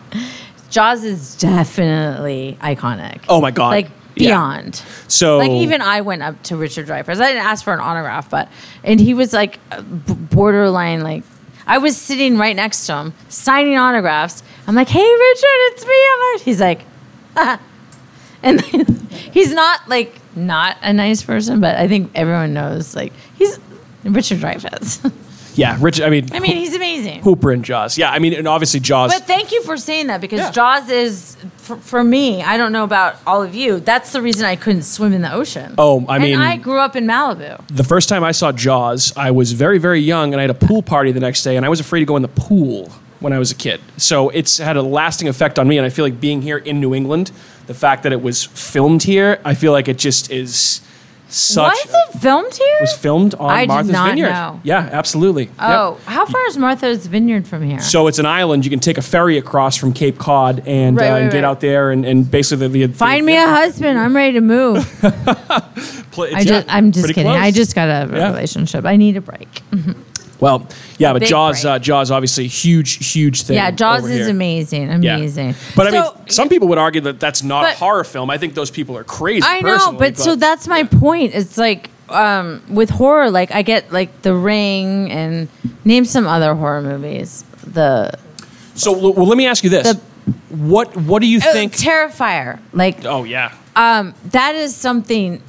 Speaker 2: Jaws is definitely iconic.
Speaker 5: Oh my God.
Speaker 2: Like
Speaker 5: Yeah.
Speaker 2: beyond.
Speaker 5: So
Speaker 2: Like even I went up to Richard Dreyfuss. I didn't ask for an autograph, but and he was like uh, b- borderline like I was sitting right next to him signing autographs. I'm like, "Hey Richard, it's me." I'm like- He's like, "Uh-huh." and he's not like not a nice person, but I think everyone knows like he's Richard Dreyfuss.
Speaker 5: Yeah, Richard. I mean,
Speaker 2: I mean, he's amazing.
Speaker 5: Hooper and Jaws. Yeah, I mean, and obviously Jaws.
Speaker 2: But thank you for saying that because
Speaker 5: Yeah.
Speaker 2: Jaws is for, for me. I don't know about all of you. That's the reason I couldn't swim in the ocean.
Speaker 5: Oh, I
Speaker 2: And
Speaker 5: mean-
Speaker 2: I grew up in Malibu.
Speaker 5: the first time I saw Jaws, I was very, very young, and I had a pool party the next day, and I was afraid to go in the pool when I was a kid. So it's had a lasting effect on me, and I feel like being here in New England, the fact that it was filmed here, I feel like it just is such.
Speaker 2: Why is it filmed here?
Speaker 5: was filmed on
Speaker 2: I did
Speaker 5: Martha's
Speaker 2: not
Speaker 5: Vineyard.
Speaker 2: know.
Speaker 5: Yeah, absolutely. Yep.
Speaker 2: Oh, how far is Martha's Vineyard from here?
Speaker 5: So it's an island. You can take a ferry across from Cape Cod and,
Speaker 2: Right,
Speaker 5: uh,
Speaker 2: right,
Speaker 5: and get
Speaker 2: right.
Speaker 5: out there and, and basically the, the
Speaker 2: Find me a husband. I'm ready to move.
Speaker 5: Pla-
Speaker 2: I
Speaker 5: it's-
Speaker 2: just,
Speaker 5: yeah,
Speaker 2: I'm just
Speaker 5: pretty
Speaker 2: kidding.
Speaker 5: close.
Speaker 2: I just got a
Speaker 5: Yeah.
Speaker 2: relationship. I need a break.
Speaker 5: well, yeah, but
Speaker 2: Big
Speaker 5: Jaws,
Speaker 2: break.
Speaker 5: uh, Jaws, obviously huge, huge thing.
Speaker 2: yeah, Jaws
Speaker 5: over
Speaker 2: is
Speaker 5: here.
Speaker 2: amazing.
Speaker 5: Yeah.
Speaker 2: Amazing.
Speaker 5: But I
Speaker 2: So-
Speaker 5: mean, some people would argue that that's not
Speaker 2: But-
Speaker 5: a horror film. I think those people are crazy.
Speaker 2: I know,
Speaker 5: personally,
Speaker 2: but, so that's my point. It's like um, with horror, like I get like The Ring and name some other horror movies. The
Speaker 5: so. l- Well, let me ask you this:
Speaker 2: the
Speaker 5: What What do you
Speaker 2: Oh,
Speaker 5: think?
Speaker 2: Terrifier. Like
Speaker 5: oh yeah,
Speaker 2: um, that is something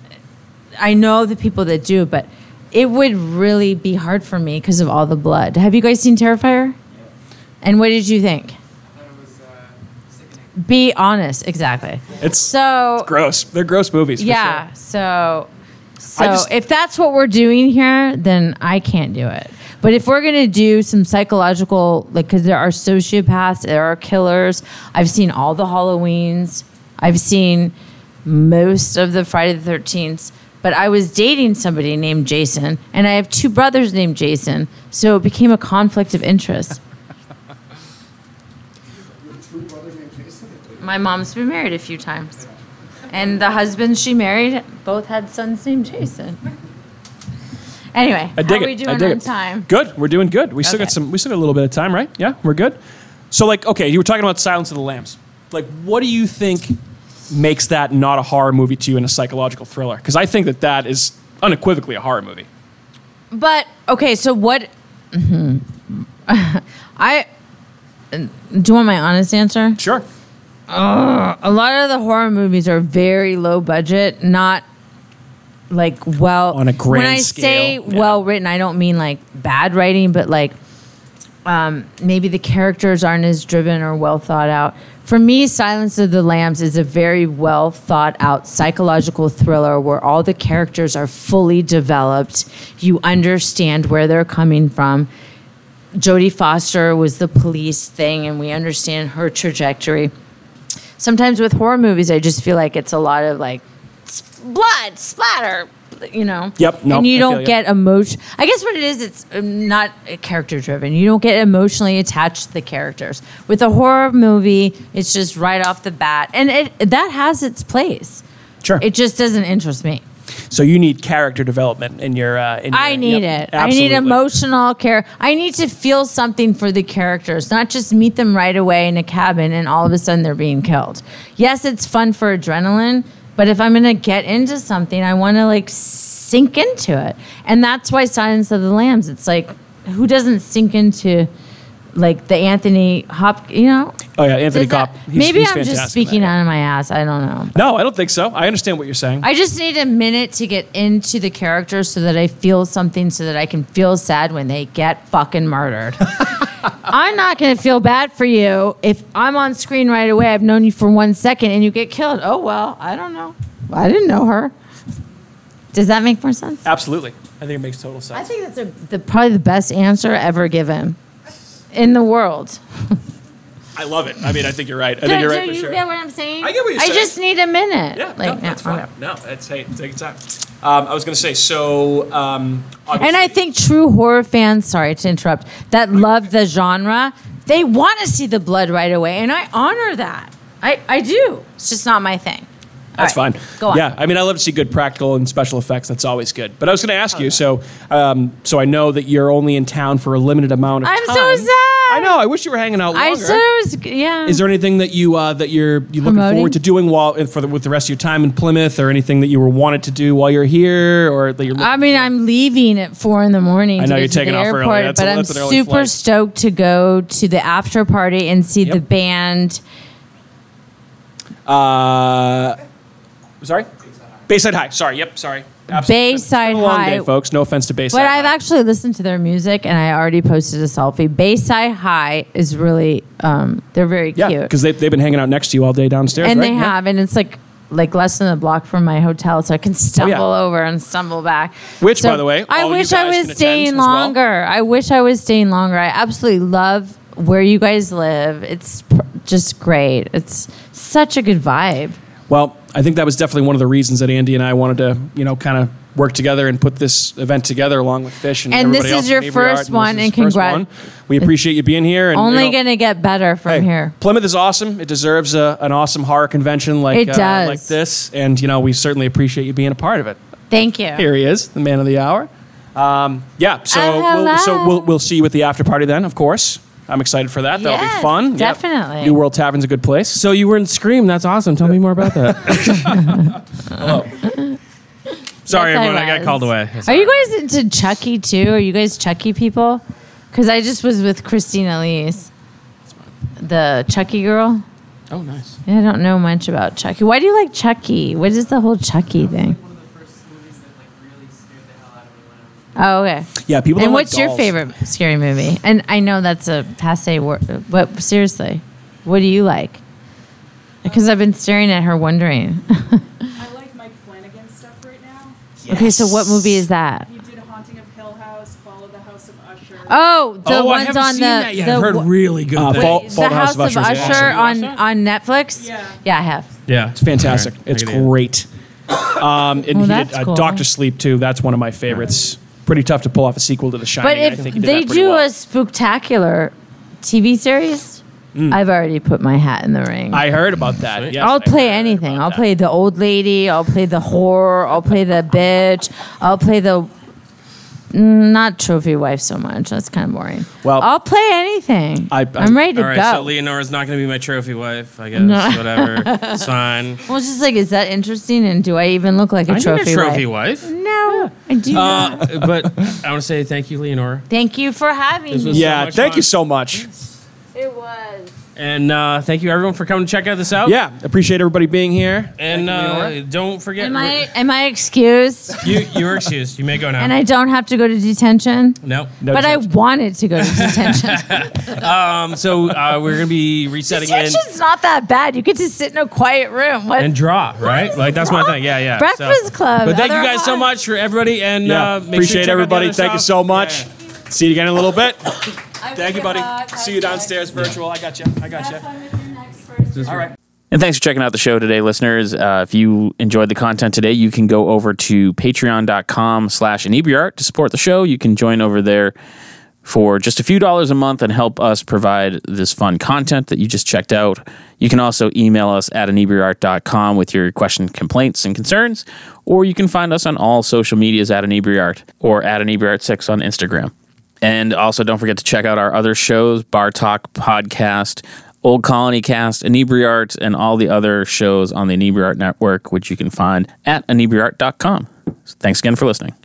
Speaker 2: I know the people that do, but it would really be hard for me because of all the blood. Have you guys seen Terrifier? And what did you think?
Speaker 6: I thought it was uh, sickening.
Speaker 2: Be honest, exactly.
Speaker 5: it's
Speaker 2: So
Speaker 5: gross. They're gross movies. for
Speaker 2: yeah, so so
Speaker 5: just-
Speaker 2: if that's what we're doing here, then I can't do it. But if we're gonna do some psychological, like, because there are sociopaths, there are killers. I've seen all the Halloweens. I've seen most of the Friday the Thirteenth. But I was dating somebody named Jason, and I have two brothers named Jason, so it became a conflict of interest. My mom's been married a few times. And the husbands she married both had sons named Jason. Anyway,
Speaker 5: I dig
Speaker 2: how
Speaker 5: it.
Speaker 2: we doing
Speaker 5: I dig
Speaker 2: on
Speaker 5: it.
Speaker 2: time?
Speaker 5: Good. We're doing good. We still
Speaker 2: Okay.
Speaker 5: got some. We still got a little bit of time, right? Yeah, we're good. So, like, okay, you were talking about Silence of the Lambs. Like, what do you think makes that not a horror movie to you and a psychological thriller? Because I think that that is unequivocally a horror movie.
Speaker 2: But okay, so what? mhm. I do you want my honest answer?
Speaker 5: Sure.
Speaker 2: A lot of the horror movies are very low budget, not like well
Speaker 5: On a grand
Speaker 2: When I
Speaker 5: scale,
Speaker 2: say
Speaker 5: yeah.
Speaker 2: well written, I don't mean like bad writing, but like um, maybe the characters aren't as driven or well thought out. For me, Silence of the Lambs is a very well thought out psychological thriller where all the characters are fully developed. You understand where they're coming from. Jodie Foster was the police thing, and we understand her trajectory. Sometimes with horror movies, I just feel like it's a lot of like s- blood splatter, you know.
Speaker 5: Yep, no,
Speaker 2: and you
Speaker 5: I
Speaker 2: don't
Speaker 5: feel ya.
Speaker 2: get emotion. I guess what it is, it's um, not character driven. You don't get emotionally attached to the characters. With a horror movie, it's just right off the bat, and it that has its place.
Speaker 5: Sure.
Speaker 2: It just doesn't interest me.
Speaker 5: so you need character development in your. Uh, in
Speaker 2: I
Speaker 5: your-
Speaker 2: need
Speaker 5: yep,
Speaker 2: it. I need
Speaker 5: absolutely.
Speaker 2: emotional care. I need to feel something for the characters, not just meet them right away in a cabin and all of a sudden they're being killed. Yes, it's fun for adrenaline, but if I'm going to get into something, I want to like sink into it. And that's why Silence of the Lambs, it's like who doesn't sink into like the Anthony Hop, you know?
Speaker 5: Oh yeah, Anthony
Speaker 2: Does that-
Speaker 5: Kopp. He's-
Speaker 2: maybe
Speaker 5: he's
Speaker 2: I'm
Speaker 5: fantastic in
Speaker 2: just
Speaker 5: that,
Speaker 2: speaking
Speaker 5: yeah.
Speaker 2: out of my ass. I don't know.
Speaker 5: No, I don't think so. I understand what you're saying.
Speaker 2: I just need a minute to get into the character so that I feel something, so that I can feel sad when they get fucking murdered. I'm not going to feel bad for you if I'm on screen right away. I've known you for one second and you get killed. Oh, well, I don't know. I didn't know her. Does that make more sense?
Speaker 5: Absolutely. I think it makes total
Speaker 2: I
Speaker 5: sense.
Speaker 2: think that's a, the, probably the best answer ever given in the world.
Speaker 5: I love it. I mean, I think you're right. I
Speaker 2: Do
Speaker 5: think you're right for
Speaker 2: you
Speaker 5: sure.
Speaker 2: get what I'm saying?
Speaker 5: I get what you're
Speaker 2: I
Speaker 5: saying.
Speaker 2: just need a minute.
Speaker 5: Yeah,
Speaker 2: Like,
Speaker 5: no, that's
Speaker 2: yeah,
Speaker 5: fine.
Speaker 2: okay.
Speaker 5: No, that's hey, take your time. Um, I was gonna say so. Um,
Speaker 2: And I
Speaker 5: obviously-
Speaker 2: think true horror fans, sorry to interrupt, that love the genre, they want to see the blood right away. And I honor that. I, I do. It's just not my thing.
Speaker 5: that's
Speaker 2: All right,
Speaker 5: fine.
Speaker 2: Go on.
Speaker 5: Yeah, I mean, I love to see good practical and special effects. That's always good. But I was gonna ask you. So, um, so I know that you're only in town for a limited amount of
Speaker 2: I'm so
Speaker 5: time.
Speaker 2: sad.
Speaker 5: I know. I wish you were hanging out longer.
Speaker 2: I said it was, g- yeah.
Speaker 5: Is there anything that you uh, that you're you looking
Speaker 2: Promoting?
Speaker 5: forward to doing while for the, with the rest of your time in Plymouth, or anything that you were wanted to do while you're here, or that you're? Looking
Speaker 2: I mean, I'm leaving at four in the morning.
Speaker 5: I know
Speaker 2: to
Speaker 5: you're
Speaker 2: get to
Speaker 5: taking
Speaker 2: the
Speaker 5: off early.
Speaker 2: airport,
Speaker 5: That's a-
Speaker 2: but i I'm
Speaker 5: that's an early
Speaker 2: super
Speaker 5: flight.
Speaker 2: stoked to go to the after party and see the
Speaker 5: Yep.
Speaker 2: band.
Speaker 5: Uh, sorry, Bayside High. Sorry. Yep. Sorry. Absolutely. It's been
Speaker 2: Bayside
Speaker 5: a long
Speaker 2: High.
Speaker 5: day, folks. No offense to Bayside.
Speaker 2: But I've
Speaker 5: High.
Speaker 2: actually listened to their music, and I already posted a selfie. Bayside High is really, um, they're very
Speaker 5: yeah,
Speaker 2: cute.
Speaker 5: because they, they've been hanging out next to you all day downstairs.
Speaker 2: and
Speaker 5: right?
Speaker 2: they
Speaker 5: Yeah.
Speaker 2: have and it's like like less than a block from my hotel so i can stumble over and stumble back
Speaker 5: Which,
Speaker 2: So
Speaker 5: by the way,
Speaker 2: i
Speaker 5: all you
Speaker 2: wish i
Speaker 5: guys can
Speaker 2: was
Speaker 5: attend as
Speaker 2: staying
Speaker 5: well.
Speaker 2: longer i wish i was staying longer i absolutely love where you guys live it's pr- just great it's such a good vibe
Speaker 5: Well, I think that was definitely one of the reasons that Andy and I wanted to, you know, kind of work together and put this event together along with Fish and,
Speaker 2: And this
Speaker 5: everybody
Speaker 2: is
Speaker 5: else in
Speaker 2: your
Speaker 5: Navy
Speaker 2: first
Speaker 5: Yard, this
Speaker 2: one,
Speaker 5: is
Speaker 2: and
Speaker 5: the first
Speaker 2: congrat-
Speaker 5: one. We appreciate you being here. And you
Speaker 2: only
Speaker 5: know,
Speaker 2: gonna get better from
Speaker 5: hey,
Speaker 2: here
Speaker 5: Plymouth is awesome. It deserves a, an awesome horror convention like
Speaker 2: It
Speaker 5: Uh,
Speaker 2: does.
Speaker 5: like this, and you know, we certainly appreciate you being a part of it.
Speaker 2: thank you
Speaker 5: Here he is, the man of the hour. Um, yeah, so
Speaker 2: Oh,
Speaker 5: we'll, so
Speaker 2: hello.
Speaker 5: we'll we'll see you at the after party then, of course. I'm excited for that. That'll be
Speaker 2: Yes,
Speaker 5: fun. Yep.
Speaker 2: definitely.
Speaker 5: New World Tavern's a good place.
Speaker 3: So you were in Scream. That's awesome. Tell me more about that. Sorry,
Speaker 2: Yes, I
Speaker 3: everyone. I, got
Speaker 2: was.
Speaker 3: called away.
Speaker 2: Are you guys into Chucky too? Are you guys Chucky people? Because I just was with Christina Lee's, the Chucky girl.
Speaker 1: Oh, nice.
Speaker 2: I don't know much about Chucky. Why do you like Chucky? What is the whole Chucky thing?
Speaker 6: One of the first movies that like really scared the hell out of me when I was
Speaker 2: Oh, okay.
Speaker 5: Yeah, people.
Speaker 2: and
Speaker 5: don't like
Speaker 2: what's your
Speaker 5: dolls.
Speaker 2: favorite scary movie? And I know that's a passe word, but seriously, what do you like? Because I've been staring at her wondering.
Speaker 7: I like Mike Flanagan's stuff right now.
Speaker 2: Okay, so what movie is that?
Speaker 7: He did Haunting of Hill House, Follow the House of Usher.
Speaker 2: Oh, the
Speaker 3: oh, I
Speaker 2: ones
Speaker 3: haven't
Speaker 2: on
Speaker 3: seen
Speaker 2: the
Speaker 3: that yet.
Speaker 2: the
Speaker 3: I've heard
Speaker 2: wo-
Speaker 3: really good.
Speaker 5: Uh,
Speaker 3: things.
Speaker 2: the
Speaker 5: Fall- Fall to
Speaker 2: House, of
Speaker 5: Usher is awesome.
Speaker 2: Usher on on Netflix.
Speaker 7: Yeah.
Speaker 2: yeah, I have.
Speaker 3: yeah,
Speaker 5: It's fantastic. It's
Speaker 3: Take it in.
Speaker 5: great. Um, and
Speaker 2: Well,
Speaker 5: he
Speaker 2: that's
Speaker 5: did uh,
Speaker 2: cool.
Speaker 5: Doctor Sleep too. That's one of my favorites. Pretty tough to pull off a sequel to The Shining.
Speaker 2: But
Speaker 5: I
Speaker 2: if
Speaker 5: think he did
Speaker 2: they
Speaker 5: that pretty
Speaker 2: do
Speaker 5: well.
Speaker 2: a spectacular TV series, I've already put my hat in the ring.
Speaker 5: Mm. I heard about that. Yes, I
Speaker 2: I'll play
Speaker 5: heard
Speaker 2: anything.
Speaker 5: about
Speaker 2: I'll
Speaker 5: that.
Speaker 2: play the old lady. I'll play the whore. I'll play the bitch. I'll play the Mm, not trophy wife so much. That's kind of boring.
Speaker 5: Well-
Speaker 2: I'll play anything. I,
Speaker 5: I-
Speaker 2: I, am ready to
Speaker 3: All right,
Speaker 2: go.
Speaker 3: so Leonora's not going to be my trophy wife, I guess.
Speaker 2: No.
Speaker 3: Whatever. It's fine.
Speaker 2: well, it's just like, is that interesting? And do I even look like a
Speaker 3: I need
Speaker 2: trophy,
Speaker 3: a trophy
Speaker 2: wife?
Speaker 3: wife.
Speaker 2: No, I do not.
Speaker 3: Uh, but I want to say thank you, Leonora.
Speaker 2: Thank you for having
Speaker 3: this
Speaker 2: me.
Speaker 3: was-
Speaker 5: Yeah,
Speaker 3: So much
Speaker 5: thank
Speaker 3: fun.
Speaker 5: you so much.
Speaker 2: It was.
Speaker 3: And uh, thank you, everyone, for coming to check out this out.
Speaker 5: Yeah, appreciate everybody being here.
Speaker 3: And uh, don't forget,
Speaker 2: Am I am I excused?
Speaker 3: you, you're excused. You may go now.
Speaker 2: And I don't have to go to detention.
Speaker 3: no.
Speaker 5: No
Speaker 2: but
Speaker 5: judge.
Speaker 2: I wanted to go to detention.
Speaker 3: Um, so uh, we're going to be resetting in
Speaker 2: Detention's not that bad. You get to sit in a quiet room. What?
Speaker 3: and draw, right? Like, that's my thing. Yeah, yeah. So-
Speaker 2: Breakfast Club,
Speaker 3: But thank you
Speaker 2: other
Speaker 3: guys so
Speaker 2: hot-
Speaker 3: much for everybody. And
Speaker 5: Yeah,
Speaker 3: uh, make sure you
Speaker 5: appreciate
Speaker 3: check out the
Speaker 5: everybody.
Speaker 3: other
Speaker 5: Thank you
Speaker 3: stuff.
Speaker 5: so much.
Speaker 3: Yeah.
Speaker 5: See you again in a little bit.
Speaker 2: Thank you, buddy.
Speaker 5: See you downstairs virtual. I got you. I got you. All right.
Speaker 8: And thanks for checking out the show today, listeners. Uh, if you enjoyed the content today, you can go over to patreon.com slash inebriart to support the show. You can join over there for just a few dollars a month and help us provide this fun content that you just checked out. You can also email us at inebriart.com with your questions, complaints, and concerns, or you can find us on all social medias at inebriart or at inebriart6 on Instagram. And also, don't forget to check out our other shows Bar Talk Podcast, Old Colony Cast, Inebriart, and all the other shows on the Inebriart Network, which you can find at inebriart.com. Thanks again for listening.